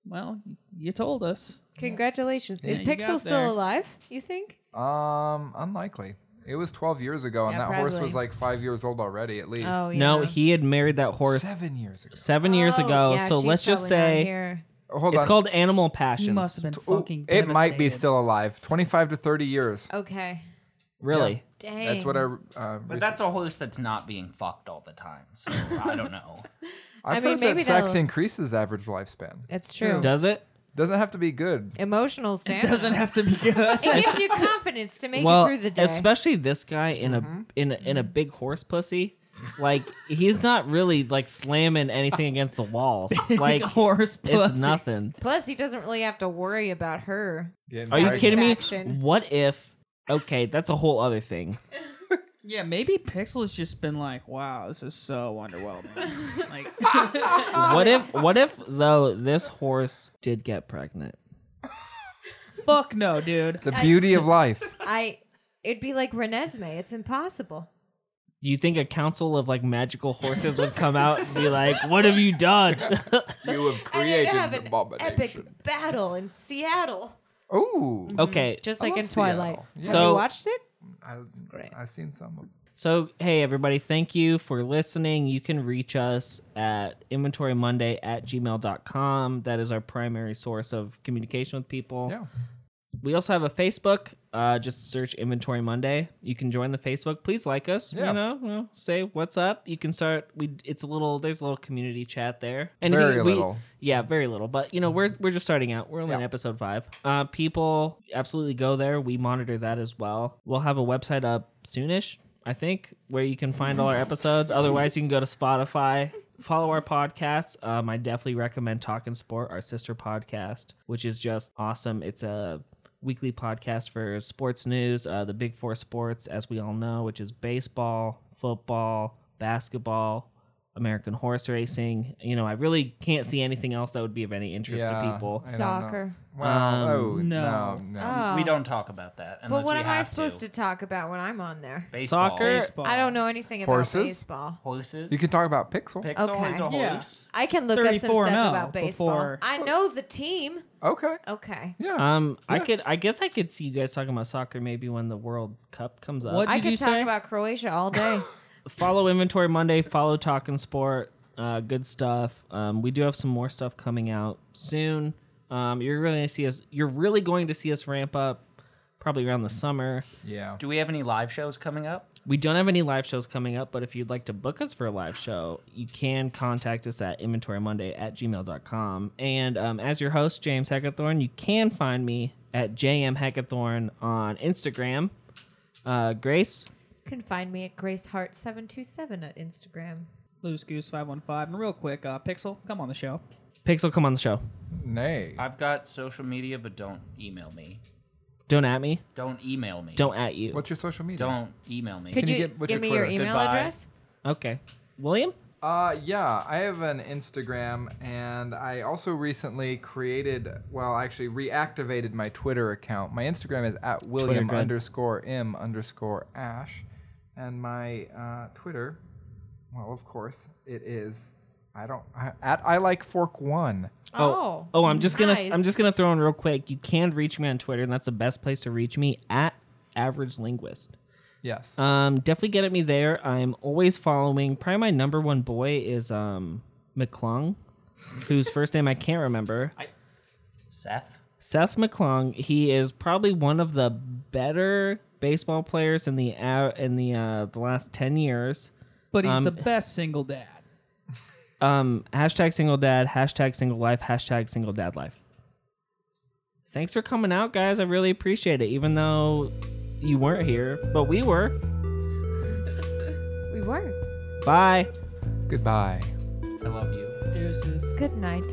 Speaker 4: Well, you told us.
Speaker 5: Congratulations. Is
Speaker 4: Yeah, you
Speaker 5: Pixel
Speaker 4: got
Speaker 5: still
Speaker 4: there.
Speaker 5: alive? You think?
Speaker 2: Um, unlikely. It was 12 years ago, and
Speaker 5: Yeah,
Speaker 2: that horse was
Speaker 5: probably.
Speaker 2: like five years old already, at least.
Speaker 5: Oh yeah.
Speaker 1: No, he had married that horse
Speaker 2: Seven years ago.
Speaker 1: seven years
Speaker 5: Oh,
Speaker 1: ago.
Speaker 5: yeah,
Speaker 1: so
Speaker 5: she's
Speaker 1: let's just
Speaker 5: probably not
Speaker 1: say
Speaker 5: here.
Speaker 2: Oh, hold
Speaker 1: it's
Speaker 2: on.
Speaker 1: called Animal Passions.
Speaker 4: must have been
Speaker 2: Ooh,
Speaker 4: fucking.
Speaker 2: it might be
Speaker 4: devastated.
Speaker 2: still alive. 25 to 30 years.
Speaker 5: Okay.
Speaker 1: really.
Speaker 5: Dang.
Speaker 2: That's what I. Uh,
Speaker 3: But that's a horse that's not being fucked all the time, so I don't know.
Speaker 5: I
Speaker 2: I've
Speaker 5: mean,
Speaker 2: heard
Speaker 5: maybe
Speaker 2: that sex
Speaker 5: they'll-
Speaker 2: increases average lifespan.
Speaker 5: It's true.
Speaker 1: Does it?
Speaker 2: Doesn't have to be good.
Speaker 5: Emotional
Speaker 4: It
Speaker 5: stamina.
Speaker 4: doesn't have to be good.
Speaker 5: It gives you confidence to make it through the day.
Speaker 1: especially this guy in
Speaker 4: Mm-hmm.
Speaker 1: a in a, in a big horse pussy. Like he's not really like slamming anything against the walls. Like
Speaker 4: horse pussy.
Speaker 1: it's nothing.
Speaker 5: Plus, he doesn't really have to worry about her.
Speaker 2: Getting
Speaker 1: Are you
Speaker 2: Right.
Speaker 1: kidding me?
Speaker 5: satisfaction.
Speaker 1: What if? Okay, that's a whole other thing.
Speaker 4: Yeah, maybe Pixel's just been like, "Wow, this is so underwhelming." like, Oh.
Speaker 1: What if? What if though? This horse did get pregnant.
Speaker 4: fuck no, dude.
Speaker 2: The beauty of life.
Speaker 5: I. It'd be like Renesmee. It's impossible.
Speaker 1: You think a council of like magical horses would come out and be like, "What have you done?"
Speaker 2: You have
Speaker 5: And they'd
Speaker 2: created
Speaker 5: have an epic
Speaker 2: abomination.
Speaker 5: battle in Seattle,
Speaker 2: Ooh.
Speaker 1: okay,
Speaker 5: Mm-hmm. just
Speaker 2: I
Speaker 5: like
Speaker 2: love
Speaker 5: in Twilight.
Speaker 2: Seattle.
Speaker 5: Have
Speaker 1: So-
Speaker 5: you watched it?
Speaker 2: I've, I've seen some of them.
Speaker 1: So, hey, everybody, thank you for listening. You can reach us at inventory monday at gmail.com. That is our primary source of communication with people.
Speaker 2: Yeah.
Speaker 1: We also have a Facebook. Uh, just search Inventory Monday. You can join the Facebook. Please like us.
Speaker 2: Yeah.
Speaker 1: You know, you know, say what's up. You can start. We it's a little. There's a little community chat there. And if you-
Speaker 2: Very
Speaker 1: we-
Speaker 2: little.
Speaker 1: Yeah, very little. But you know, we're we're just starting out. We're only in
Speaker 2: Yeah.
Speaker 1: episode five. Uh, people absolutely go there. We monitor that as well. We'll have a website up soonish, I think, where you can find all our episodes. Otherwise, you can go to Spotify. Follow our podcasts. Um, I definitely recommend Talking Sport, our sister podcast, which is just awesome. It's a weekly podcast for sports news, uh, the big four sports, as we all know, which is baseball, football, basketball, American horse racing. You know, I really can't see anything else that would be of any interest to
Speaker 2: Yeah,
Speaker 1: people.
Speaker 2: I don't know.
Speaker 5: Soccer.
Speaker 2: Wow.
Speaker 1: Um,
Speaker 2: oh, no.
Speaker 4: no.
Speaker 2: No.
Speaker 5: Oh.
Speaker 3: Um, We don't talk about that.
Speaker 5: But
Speaker 3: Unless
Speaker 5: what
Speaker 3: we
Speaker 5: am I supposed to. talk about when I'm on there?
Speaker 3: Baseball.
Speaker 1: Soccer?
Speaker 4: Baseball.
Speaker 5: I don't know anything about
Speaker 2: Horses?
Speaker 5: baseball.
Speaker 3: horses.
Speaker 2: You can talk about Pixel.
Speaker 3: Pixel is a
Speaker 5: Okay.
Speaker 4: Yeah.
Speaker 3: horse.
Speaker 5: I can look up some
Speaker 4: 34
Speaker 5: stuff
Speaker 4: and
Speaker 5: about
Speaker 4: oh
Speaker 5: baseball.
Speaker 4: before-
Speaker 5: I know the team.
Speaker 2: okay.
Speaker 5: Okay.
Speaker 2: Yeah.
Speaker 1: Um, I could, I guess, I could see you guys talking about soccer maybe when the World Cup comes up.
Speaker 4: What?
Speaker 5: I
Speaker 4: did
Speaker 5: could
Speaker 4: you
Speaker 5: talk
Speaker 4: say?
Speaker 5: about Croatia all day.
Speaker 1: Follow Inventory Monday. Follow Talking Sport. Uh, good stuff. Um, we do have some more stuff coming out soon. Um, you're really gonna see us. You're really going to see us ramp up, probably around the summer.
Speaker 2: yeah.
Speaker 3: Do we have any live shows coming up?
Speaker 1: We don't have any live shows coming up, but if you'd like to book us for a live show, you can contact us at inventorymonday at gmail.com. And um, as your host, James Heckathorn, you can find me at JM Heckathorn on Instagram. Uh, Grace,
Speaker 5: you can find me at GraceHeart727 at Instagram.
Speaker 4: Loose Goose five one five. And real quick, uh, Pixel, come on the show.
Speaker 1: Pixel, come on the show.
Speaker 2: Nay.
Speaker 3: I've got social media, but don't email me.
Speaker 1: Don't at me.
Speaker 3: Don't email me.
Speaker 1: Don't at you.
Speaker 2: What's your social media?
Speaker 3: Don't email me.
Speaker 5: Could
Speaker 2: you
Speaker 5: you,
Speaker 2: get- what's
Speaker 5: give
Speaker 2: your
Speaker 5: me your
Speaker 2: Twitter?
Speaker 5: email
Speaker 3: Goodbye.
Speaker 5: address?
Speaker 1: Okay. William?
Speaker 2: Uh, yeah, I have an Instagram, and I also recently created, well, actually reactivated my Twitter account. My Instagram is at William
Speaker 1: good.
Speaker 2: underscore M underscore Ash, and my uh, Twitter, well, of course, it is. I don't I, at I like fork one.
Speaker 1: Oh, oh, I'm just gonna
Speaker 5: nice.
Speaker 1: I'm just gonna throw in real quick. You can reach me on Twitter, and that's the best place to reach me at average linguist.
Speaker 2: Yes.
Speaker 1: Um, definitely get at me there. I'm always following. Probably my number one boy is um McClung, whose first name I can't remember.
Speaker 3: Seth.
Speaker 1: Seth McClung. He is probably one of the better baseball players in the ou- in the uh, the last ten years.
Speaker 4: But
Speaker 2: Um,
Speaker 4: he's the best single dad.
Speaker 1: Um, hashtag single dad. Hashtag single life. Hashtag single dad life. Thanks for coming out, guys. I really appreciate it. Even though you weren't here, but we were.
Speaker 5: We were.
Speaker 1: Bye.
Speaker 2: Goodbye.
Speaker 3: I love you.
Speaker 4: Deuces.
Speaker 5: Good night.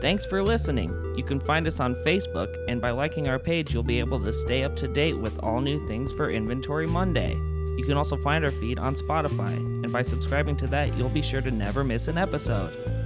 Speaker 1: Thanks for listening. You can find us on Facebook, and by liking our page, you'll be able to stay up to date with all new things for Inventory Monday. You can also find our feed on Spotify, and by subscribing to that, you'll be sure to never miss an episode.